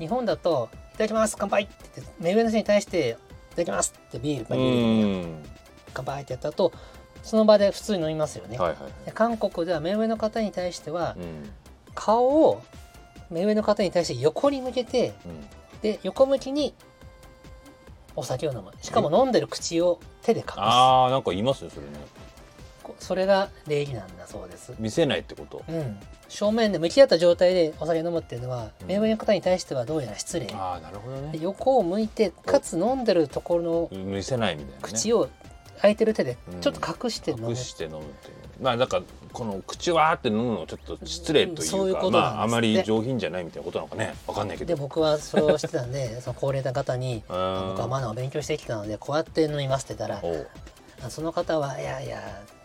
日本だと「いただきます乾杯!」って言って目上の人に対して「いただきます!」ってビールいっぱ
う
い入れて
ん
乾杯ってやった後その場で普通に飲みますよね、
はいはいはい
で韓国では目上の方に対しては
うん
顔を目上の方に対して横に向けて
うん
で横向きにお酒を飲むしかも飲んでる口を手で隠す
ああなんか言いますねそれね
こそれが礼儀なんだそうです
見せないってこと
うん正面で向き合った状態でお酒飲むっていうのは、
うん
目上の方に対してはどうやら失礼
ああなるほど
で
ね
横を向いてかつ飲んでるところの
見せないみたいな、ね、
口を空いてる手で
うん
ちょっと隠して飲む、
隠して飲むっていうまあなんかこの口わーって飲むのはちょっと失礼というか、
うんそういうことなんです
ま
ね
ああまり上品じゃないみたいなことなのかねわかんないけど
で僕はそれをしてたんで その高齢な方に
う
あ
ん
僕はマナーを勉強してきたのでこうやって飲みますって言ったら
おう
あその方はいやいや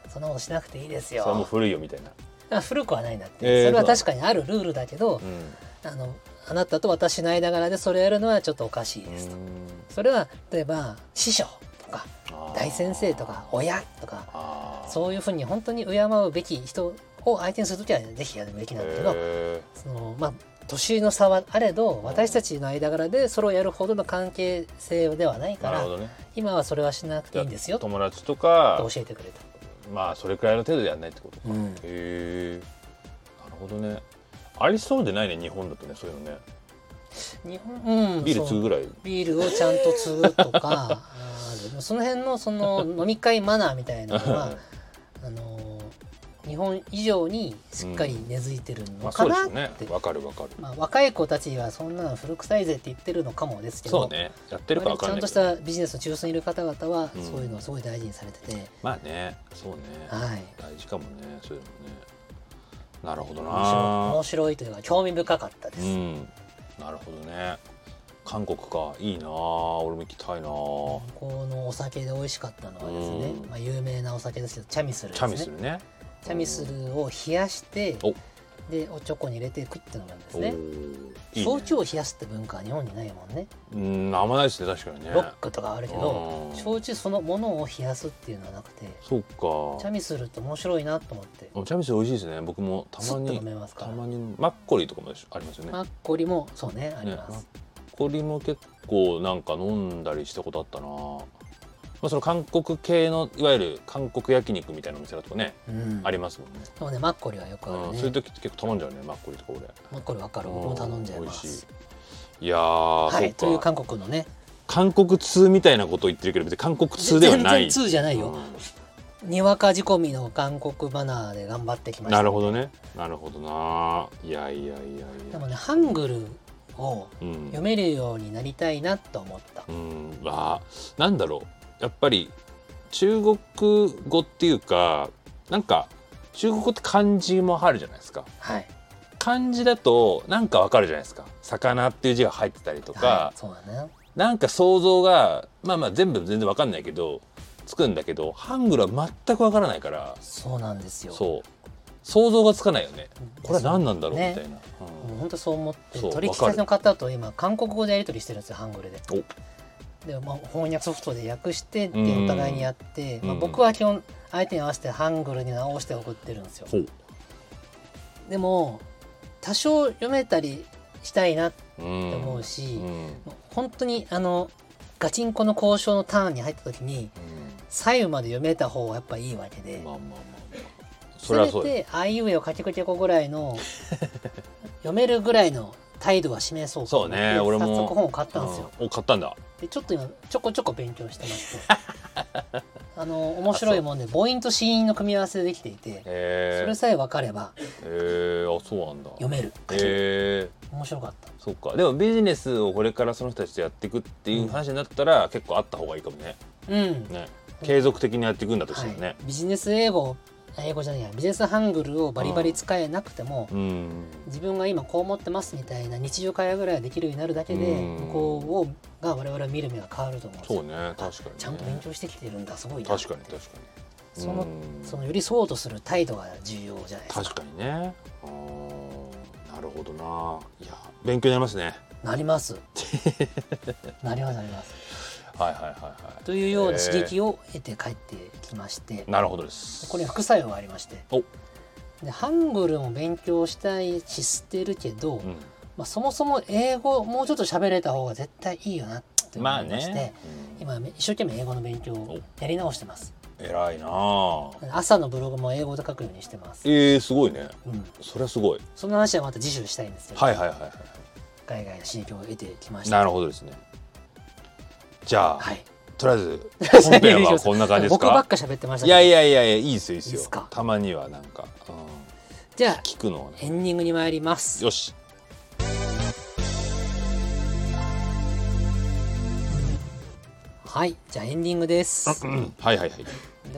そんなことしなくていいです
それはもう
よ
古いよみたいな、
あ古くはないんだって、
えー
それは確かにあるルールだけど
う、ん
あのあなたと私の間柄でそれやるのはちょっとおかしいですと、それは例えば師匠とか大先生とか親とか
あー
そういうふうに本当に敬うべき人を相手にするときはぜひやるべきなんだけど、
へ
そのまあ年の差はあれど私たちの間柄でそれをやるほどの関係性ではない
ー
か
なる
ら
ほどね
今はそれはしなくていいんですよと
友達とか
教えてくれた。
まあそれくらいの程度でやんないってことか、
うん
へえなるほどねありそうでないね日本だとねそういうのね
日本うん
ビール
そ
継ぐ
う
ぐらい
ビールをちゃんと継ぐとかあーでもその辺のそ の飲み会マナーみたいなのはあのー日本以上にしっかり根付いてる
ま
の
あそ
か
うで
な
す
って、
ねわかるわかる
まあ、若い子たちはそんなの古臭いぜって言ってるのかもですけど
そうねやってるか
割
わ
と
か
ち
ん
ゃ
なんい
とし
けど
たビジネスの中枢にいる方々は
うん
そういうのをすごい大事にされてて、
まあねそうね
はい
大事かもねそういうのねなるほど
面白い
な
面白いというか興味深かったで
う
す、
んなるほどね韓国かいいなあ俺も行きたいなあ
このお酒で美味しかったのはですね、
うん
まあ、有名なお酒ですけどチャミスルで
チ
す
ャ
ね
ミスルね
チャミスルを冷やして
お
でおちょこに入れていくっていうのがあるんです
おー
ね
いいね
焼酎を冷やすって文化は日本にないもんね
うんあんまないですね確かにね
ロックとかあるけど
うん
焼酎そのものを冷やすっていうのはなくて
そうか
チャミスルって面白いなと思って
おチャミスル美味しいですね僕もた
ス
ま
ッと
に
飲めますか
た
ら
まにマッコリとかもありますよね
マッコリもそうねあり
ね
ま
マッ
す、
コリも結構なんか飲んだりしたことあったな、まあ、その韓国系のいわゆる韓国焼肉みたいなお店だとね、
うん
ありますもんね、
でもねマッコリはよくあ
うん、
る
そうい
ね
う時って結構頼んじゃうねマッコリとか俺
マッコリわかる僕も頼んじゃいま
美味し
す
いいやー、
はいと
そ
いうう
か
韓国のね
韓国通みたいなことを言ってるけど別に韓国通では
全
な
然
い
通じゃないよ、にわか仕込みの韓国バナーで頑張ってき
う
まし
ん
た
なるほどねなるほどないやいやいやい
で
や
もねハングルを
うん
読めるようになりたいなと思った
うんまあなんだろうやっぱり中国語っていうかなんか中国語って漢字もあるじゃないですか
はい
漢字だとなんかわかるじゃないですか「魚」っていう字が入ってたりとか、
はい、そうだね
なんか想像がまあまあ全部全然わかんないけどつくんだけどハングルは全くわからないから
そうなんですよ
そう想像がつかないよね
うん
これは何なんだろうみ
ね
たいな、
もう本当そう思って
そう
取引先の方と今韓国語でやり取りしてるんですよハングルで
うんお
で、まあ、翻訳ソフトで訳してって
うん
お互いにやって、まあ、
うん
僕は基本相手に合わせてハングルに直して送ってるんですよ
ほう
でも多少読めたりしたいなって
うん
思うし、
うんうん
本当にあのガチンコの交渉のターンに入った時に左右まで読めた方がやっぱいいわけで、
まあまあまあまあそ
せ
れは
め
そうよ
てあいうえをかけくけこぐらい の読めるぐらいの態度は示そうと思って
そうね俺も
早速本を買ったんですよ、
うんお買ったんだ
でちょっと今ちょこちょこ勉強してまして あの面白いもんで母音と子音の組み合わせでできていてそ
へえ
れさえ分かれば
へえあそうなんだ
読める書ける
へえ
面白かった
そっかでもビジネスをこれからその人たちとやっていくっていう話になったら、結構あった方がいいかもね
うん
ね継続的にやっていくんだとしてもね、
はい、ビジネス英語英語じゃないやビジネスハングルをバリバリ使えなくても、
うん
自分が今こう思ってますみたいな日常会話ぐらいはできるようになるだけで、
うん
向こうをが我々は見る目が変わると思うんですよ
そうね確かに、ね、
ちゃんと勉強してきてるんだすごいな
確かに確かに
その
うん
その寄り添おうとする態度が重要じゃないですか
確かにねあーなるほどないや勉強になりますね
なります なりますなります
はいはいはいは
というような刺激を得て帰ってきまして、
いなるほどです
これに副作用がありまして
お
でハングルも勉強したいし知ってるけど、
うん
まあ、そもそも英語もうちょっと喋れた方が絶対いいよなって思
まあ
いまして、
ね、うん
今一生懸命英語の勉強をやり直してます
偉いなあ
朝のブログも英語で書くようにしてます、
えー、すごいね
うん、
それはすごい
その話はまた次週したいんですけど、
はいはいはいは
海外の刺激を得てきまし
い
た
なるほどですねじゃあ、
はい
とりあえ ず本編はこんな感じです
僕ばっか
か
喋ってました
い
けど
やいやいやいやいいですよいいです
いい
よ
っすか
たまにはなんか、うん、
じゃあ
聞くのはね
エンディングに参ります
よし
はいじゃあエンディングです
うんはいはいはい
で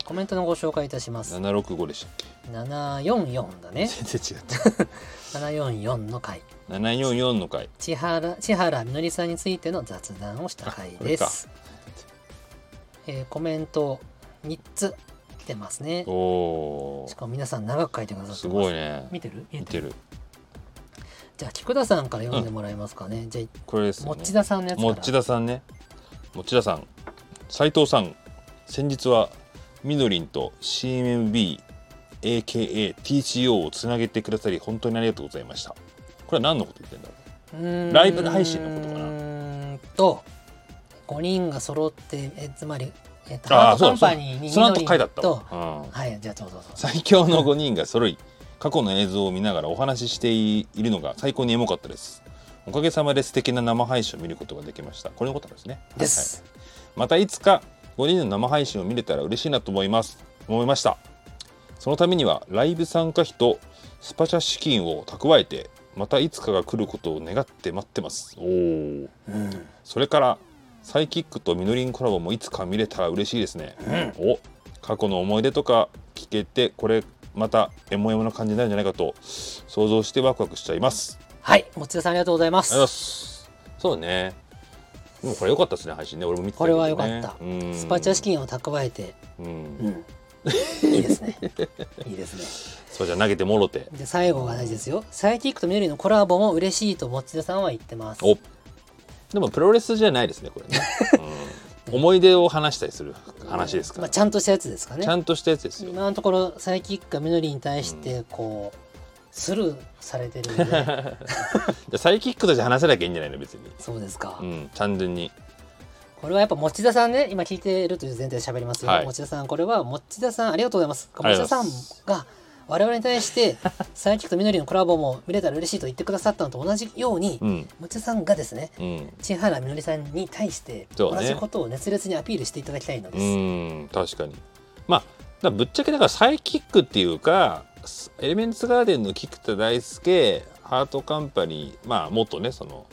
コメントのご紹介いたします
765でしたっけ
744だね
全然違った
744の回
744の回
千原千原みのりさんについての雑談をした回です、えーコメント3つ来てますね
おお
しかも皆さん長く書いてくださってます
ーすごいね
見てる見え
見
て
て
る
る
じゃあ菊田さんから読んでもらえますかね、じゃあ
これですね
持田さんのやつから
持田さんね持田さん斉藤さん先日はみどりんと CMB AKA TCO をつなげてくださり本当にありがとうございましたこれは何のこと言ってんだろ
うーん
ライブ配信のことかな
うーんと5人が揃ってえつまり、えっと
うあ
ハ
あ
ートカ
そうだ
ン
そ
パ
う
ニー
だ
に
その後
み
書いてあ
り
った
と
わうん
はいじゃあどうぞどうぞ
最強の5人が揃い過去の映像を見ながらお話ししているのが最高にエモかったですおかげさまで素敵な生配信を見ることができましたこれのことですね
です、
はいまたいつか5人の生配信を見れたら嬉しいなと思います思いましたそのためにはライブ参加費とスパチャ資金を蓄えてまたいつかが来ることを願って待ってますおお
うん
それからサイキックとみのりんコラボもいつか見れたら嬉しいですね、お過去の思い出とか聞けてこれまたエモエモな感じになるんじゃないかと想像してワクワクしちゃいます
はい持田さんありがとうございま
ありがとうご
す
ざいますそうねでもこれ良かったですね配信ね俺も見てた
こ
け
れ
ど
は
ね
良かった、
うん
スパチャ資金を蓄えて、
うん
うん、いいです ねいいです
そうじゃ投げてもろて
ねで最後が大事ですよサイキックとみよりのコラボも嬉しいと持田さんは言ってます
おでもプロレスじゃないですねこ れね、うん思い出を話したりする話ですか
ま
ら、
あ、ちゃんとしたやつですかね
ちゃんとしたやつですよ
今のところサイキックがみのりに対してこう、スルーされてるん で
でサイキックとして話せなきゃいいんじゃないの別に
そうですか、
うん単純に
これはやっぱ持田さんね今聞いてるという前提で喋りますよ、
はい
持田さんこれは持田さんありがとうございます
あり
持
がと
田
うご
さ
ざい
ん
ます
が我々に対して「サイキックとみのりのコラボも見れたら嬉しい」と言ってくださったのと同じように、
うん
持田さんがですね
うん
千原みのりさんに対して
そ
同
うね
じことを熱烈にアピールしていただきたいの
う
です、
ん確かにまあだからぶっちゃけだからサイキックっていうかスエレメンツガーデンの菊田大輔ハートカンパニーまあ元ねその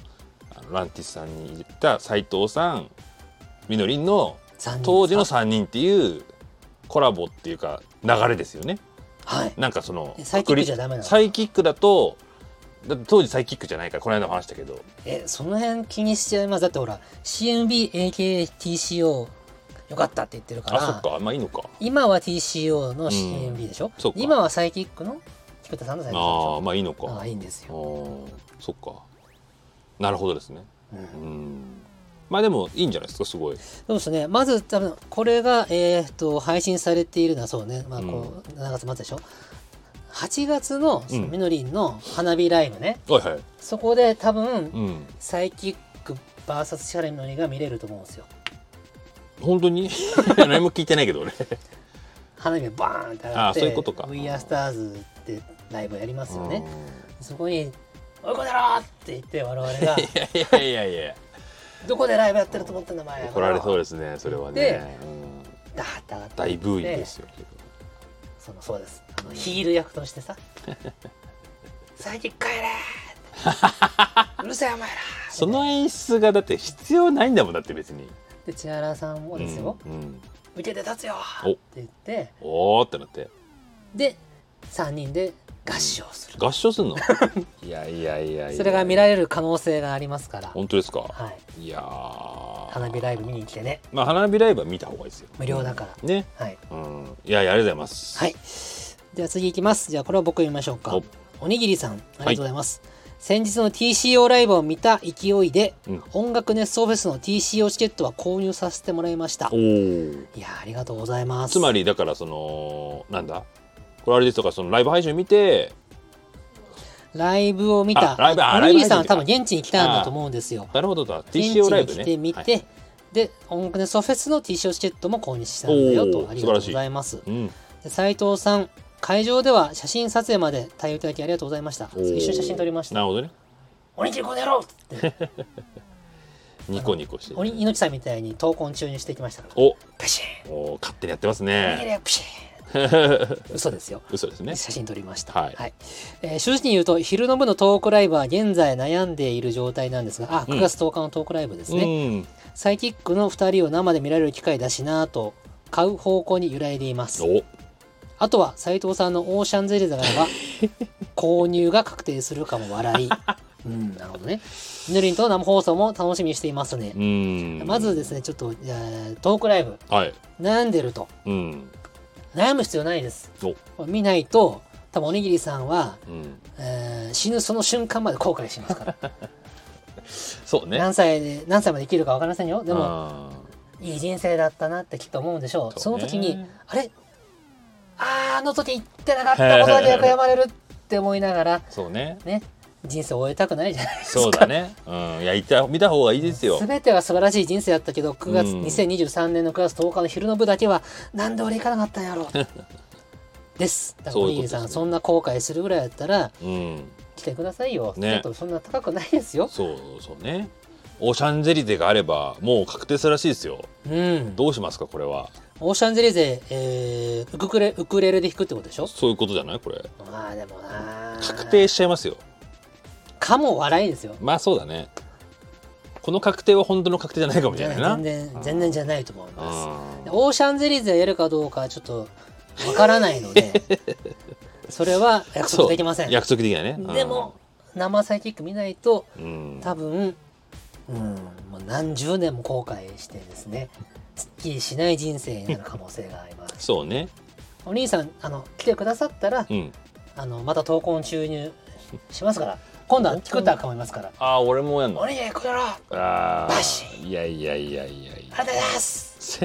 あのランティスさんに行った斎藤さんみのりんの
残念
当時の3人っていうコラボっていうか流れですよね
はい
なんかその
えサイキックじゃダメなの
サイキックだとだって当時サイキックじゃないからこの間も話したけど
えその辺気にしちゃいますだってほら CMBAKTCO よかったって言ってるか
あそっ
ら
かまあいいのか
今は TCO の CMB でしょ、
そっか
今はサイキックの菊田さんのサイキックでし
ああ
ょ
まあいいのか
ああいいんです
あ
よ、
ーそっかなるほどですね
うん
うんまあでもいいんじゃないですかすごい
そうですねまず多分これが、えー、と配信されているのはそうね、まあこう7月末でしょ8月のその
うん
みのりんの花火ライブね、
はいはい
そこで多分
うん
サイキック VS シャレみのりが見れると思うんですよ
本当に 何も聞いてないけど俺
花火がバーンって上がって
あーそういうことか
We Are Stars」ってライブやりますよね、そこに「おいこだろ!」って言って我々が
うん いやいやいやいや
「どこでライブやってると思ったんだお前
怒られそううですねそれは
で
ね、うん、
ダーッて上がって
大ブーイングですよ
そのそうですあのヒール役として さ「最近帰れ!」 うるせえお前ら
その演出がだって必要ないんだもんだって別に
で千原さんもですよ
うんうん
「受けて立つよ!」
お
って言って
おーってなって
で3人で合唱する
合唱 すんのいやいやいやいや
それが見られる可能性がありますから
本当ですか
はい
いやー
花火ライブ見に来てね
まあ花火ライブは見た方がいいですよ
無料だから
ね
はい
うんいやいやありがとうございます
はいでは次いきますじゃあこれを僕読みましょうか
お
おにぎりさんありがとうございます、先日の TCO ライブを見た勢いで
うん
音楽熱奏フェスの TCO チケットは購入させてもらいました
おー
いやあありがとうございます
つま
り
りだからそのなんだこれあれですとかそのライブ配信見て
ライブを見た
あライブあ
おにぎりさんは
ライブ配信
多分現地に来たんだと思うんですよ
なるほどだ
現地
TCO ライ
に
ブ
来
ね
てみて、
はい
で音楽熱奏フェスの TCO チケットも購入したんだよ
お
と
ー
ありがとうございます
うん
で斉藤さん会場では写真撮影まで対応いただきありがとうございました
おー
一緒に写真撮りました
なるほどね
おにぎりこの野郎って
ニコニコして
おに猪木さんみたいに闘魂注入していきましたから
お
ペシーン
おー勝手にやってます
おにぎり
ね
はプシーン嘘ですよ
嘘ですね
写真撮りました、
はい
えー正直に言うと昼の部のトークライブは現在悩んでいる状態なんですがあ
うん
9月10日のトークライブです
う
ね、
ん
サイキックの2人を生で見られる機会だしなぁと買う方向に揺らいでいます
お
あとは斉藤さんのオーシャンズエリザ からは購入が確定するかも笑いうんなるほどねぬりんとの生放送も楽しみにしていますね
う、ん
まずですねちょっと、えートークライブ
はい
悩んでると
うん
悩む必要ないです
お
見ないと多分おにぎりさんは、
うん
えー死ぬその瞬間まで後悔しますから
そうね
何歳で何歳まで生きるか分かりませんよでも
あ
いい人生だったなってきっと思うんでしょうそ
そうね
の時にあれあーあの時言ってなかったことだけ悔やまれるって思いながら
ーそうね
ね人生を終えたくないじゃないですか
そうだねうんいやいた見た方がいいですよ
全ては素晴らしい人生だったけど9月、
うん
2023年の9月10日の昼の部だけはなんで俺行かなかったんやろう ですだから
そ
お
うい
にぎ
うことで
り
すね
さんそんな後悔するぐらいだったら
うん
来てくださいよ、
ね
ちょっとそんな高くないですよ
そうそうねオーシャンゼリゼがあればもう確定するらしいですよ
うん
どうしますかこれは
オーシャンゼリゼ、えー、ウクレウクレレで弾くってことでしょ
そういうことじゃないこれ
まあでもな
確定しちゃいますよ
かも笑いですよ
まあそうだねこの確定は本当の確定じゃないかもし
じ
れ
ゃ
ない
あ
な
全然全然じゃないと思います
あ
でオーシャンゼリゼやるかどうかはちょっとわからないの でそれは約束できません
約束できないねうん
でも生サイキック見ないと
うん
多分うんもう何十年も後悔してです ねすっきりしない人生になる可能性があります
そうね
お兄さんあの来てくださったら
うん
あのまた闘魂注入しますから今度は菊田君もいますから
ああ俺もや
「
んの
お兄こやろあ
あ
バシ
あいやいやいやいやい
りがと
や
うございます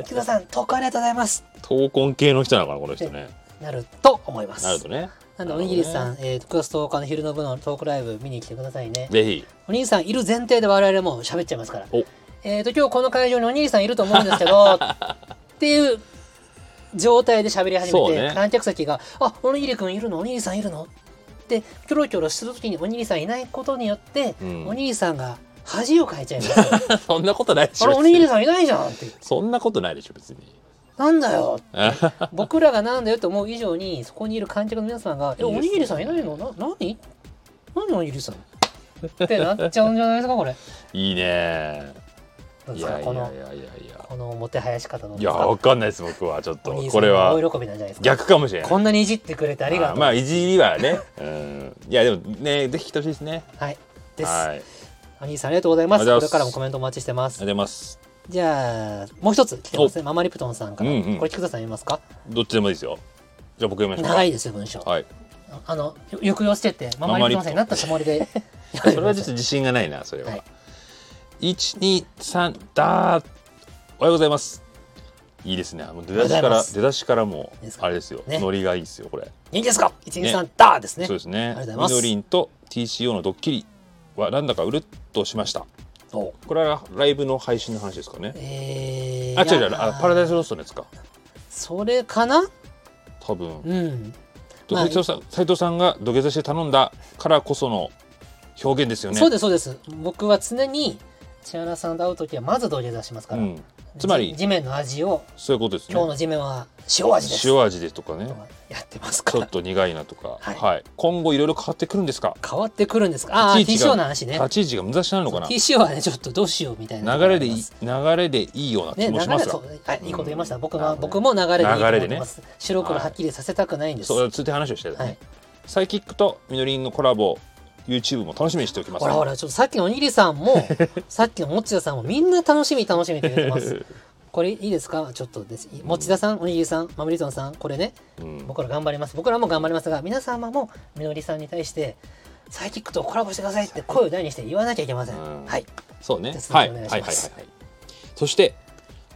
菊田さん投稿ありがとうございます
闘魂系の人なのかなこの 人ね」
なると思います
なるとね
なんでおにぎりさん、えー、9月10日の昼の部のトークライブ見に来てくださいね
ぜひ
お兄さんいる前提で我々もう喋っちゃいますから
お。
えー、と今日この会場にお兄さんいると思うんですけ どっていう状態で喋り始め
そう
て、
ね
観客席が「あおにぎりくんいるのおにぎりさんいるの?」ってキョロキョロする時におにぎりさんいないことによって、
うん
おにぎりさんが恥をかいちゃいますよ
そんなことないでし
あ
ょ
れおにぎり
別に
さんいないじゃんって
そんなことないでしょ別に
なんだ よ
あはは
僕らがなんだよと思う以上にそこにいる観客の皆さんが「え
いい
お
ですね
にぎりさんいないのな何何おにぎりさん?」ってなっちゃうんじゃないですかこれ。
いいね
どう
い
ですか
やいや
こ
いや
の
いやいや
このもてはやし方の
いやわかんないです僕はちょっと
お兄さ
こ
ん
れ
が
は
大喜びなんじゃないですか
逆かもしれない
こんなにいじってくれてありが
あ
と
ー
う、
まあいじりはねうんいやでもねぜひ来てほしいですね
はいです、
はい
お
ありがとう
兄さんありがとうございます
ありが
こと
うございます
れからもコメントお待ちしてます
ございます
じゃあもう一つ来てますねママリプトンさんから、
うんうん
これ菊田さん見ますか
どっちでもいいですよじゃあ僕読みましょうか
長いですよ文章、
はい
あのよ抑揚してってママリプトンさんになったつもりで
それはちょっと自信がないなそれは、
はい
123だーおはようございますいいですねもう
お
出だし
はようござい
か
ま
ら
す
出だしからも
いいです
う
か
あれですよ
ね
ノリがいいですよこれ
いいんですか一二三ダーですね
そうですね
ありがとうござい
み
ます
のりんと TCO のドッキリはなんだかうるっとしました
お
これはライブの配信の話ですかね
えー、
あ違う違
いうや
あパラダイスロストのやつか
それかな
多分
うんまあ
斎藤さん斉藤さんが土下座して頼んだからこその表現ですよね
そうですそうです僕は常に千原さんと会う時はまず土下座しますから、
うん、つまり
じ地面の味を
そういうことですね
今日の地面は塩味です
塩味でとかね
とかやってます
ち
か
ょ
ら
っと苦いなとか、
は
はいい今後いろいろ変わってくるんですか
変わってくるんですかああ
い
T
ちい
シ
ち
ョ
が
ーの話ね
立ち位置が難しなのかな
T ショーはねちょっとどうしようみたいな
流れでい
い
い流れでいいような
ね、流
気も
れ
しますが、
そうはい、いいこと言いました。
うん
僕
な
は、
るほどね
僕も流れでいいと思
流れ
っ
で
て
ね
ます。白黒はっきりさせたくないんです。
そうついて話をしてたね、
はい
サイキックとみのりんのコラボ YouTube も楽しみにしておきます
ほらほら、ちょっとさっきのおにぎりさん も、さっきの持田さんもみんな楽しみ楽しみって言ってます。これいいですかちょっとです。持田さん、おにぎりさん、マムリトンさん、これね、
うん
僕ら頑張ります。僕らも頑張りますが、皆様もみのりさんに対して、サイキックとコラボしてくださいって声を大にして言わなきゃいけません。
うん
はい。
そうね
手続き
はい
お
はい
願いし
はい
ま
はい
す
はいそして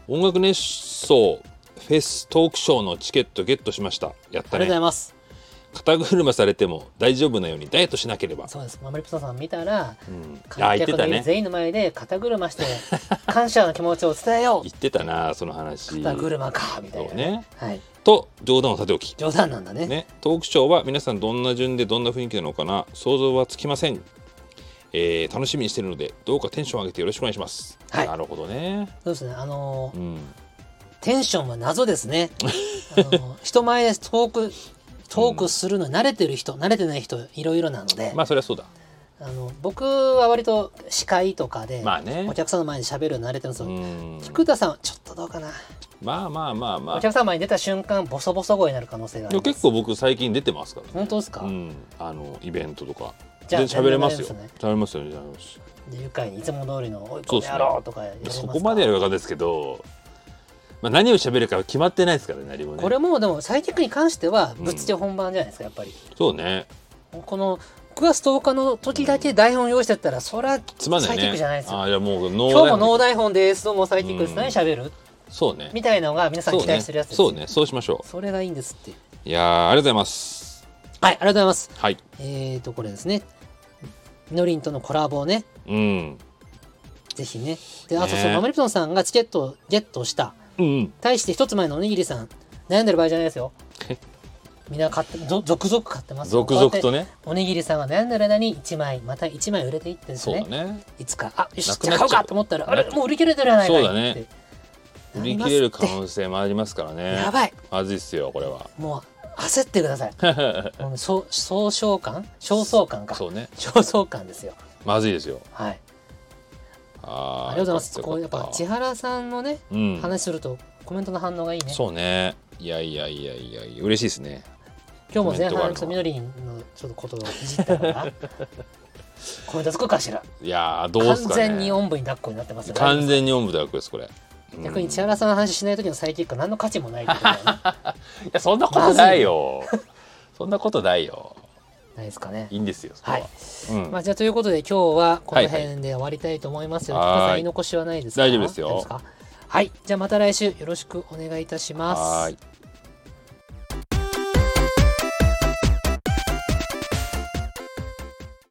音楽熱奏フェストークショーのチケットゲットしました
ありが
やった
とうござい
ね
ます。
肩車されても大丈夫なようにダイエットしなければ、
そうです。マムリプトンさん見たら、
うん、あ
観
言って
客
た
のいる
ね
全員の前で肩車 して感謝の気持ちを伝えよう
言ってたなその話
肩車かみたいな
そうね
はい、
と冗談をさておき
冗談なんだね
ね、トークショーは皆さんどんな順でどんな雰囲気なのかな想像はつきません、えー楽しみにしてるのでどうかテンション上げてよろしくお願いします、
はい
なるほどね
そうですねあのー
うん
テンションは謎です ねあのー人前でトークトークするのに慣れてる人、慣れてない人いろいろなので、
まあそれはそうだ
あの僕は割と司会とかで、
まあね
お客さんの前で喋るの慣れてるんですよ、
うん
菊田さんはちょっとどうかな
まあまあまあま
お
あ
客さんの前に出た瞬間ボソボソ声になる可能性があ
で
りま
も
す
結構僕最近出てますから、ね、
本当ですか
うん、あのイベントとか
じゃあ
全然喋れますよ
全然
喋れますよね喋れます
で愉快にいつも通りの「おい
そ
こ
う
の
です
野
ね
郎」とかやりますか
そこまでやるかわかんないですけど、まあ、何を喋るかは決まってないですからね何もね
これもでもサイキックに関してはぶっつけ本番じゃないですか、やっぱり
そうね
この9月10日の時だけ台本用意してったらそりゃ
つまんな
サ
い
イ
ね
キックじゃないですよ、
あーいやもうノー
今日も
ラ
ノ
イブ
ー台本ですどうもサイキックです、
うん
何喋る
そうね
みたいなのが皆さん期待してるやつです
そうねそうねそうしましょ
それがいいんですっていう
ういやーありがとうございます
はいありがとうございます
はい
えーとこれですねみのりんとのコラボをね
うん
ぜひねであと
ね
そうマムリプトンさんがチケットをゲットした
うん
対して一つ前のおにぎりさん悩んでる場合じゃないです よみんな買ってぞ続々買ってますよ
続々とね
おにぎりさんは悩んでる間に1枚また1枚売れていってです
そう
ね
だね
いつかあよし
なく
じゃ
な
あ
っちゃ
買
う
うかと思ったらあれ
なっちゃう
もう売り切れてるじゃないかい
そうだね
って
売り切れる可
なりま
能性もありますから
すって
ね
やばい
まずいっすよこれは
もう焦ってくださいもうねそう総称感焦燥感か
そうね
焦燥感ですよ
まずいですよ
はい
あ
あり
ー
がとうございます
よ
こうや
か
った
よ
ぱ
かた
千原さんのね
うん
話するとコメントの反応がいいね
そうねいやいやいやいやいや嬉しいですね
今日も前
コメントが
半
ある
ちょっと
の
みのりんのちょっとことをいじったから コメントつくかしら
いやーどうっ
完
すかね
全におんぶに抱っこになってますよ
完全に音部だよですこれうん
逆に千原さんの話しない時のサイキックは何の価値もないってこと だよね
いやそんなことないよそんなことないよ
ないですかね
いいんですよそこ
は
はいうん
まあじゃあということで今日はこの
はいは
辺で終わりたいと思いますよ。
はーい
菊田さん言い残しはないですか
大丈夫ですよ
かはい。じゃあまた来週よろしくお願いいたします。
はーい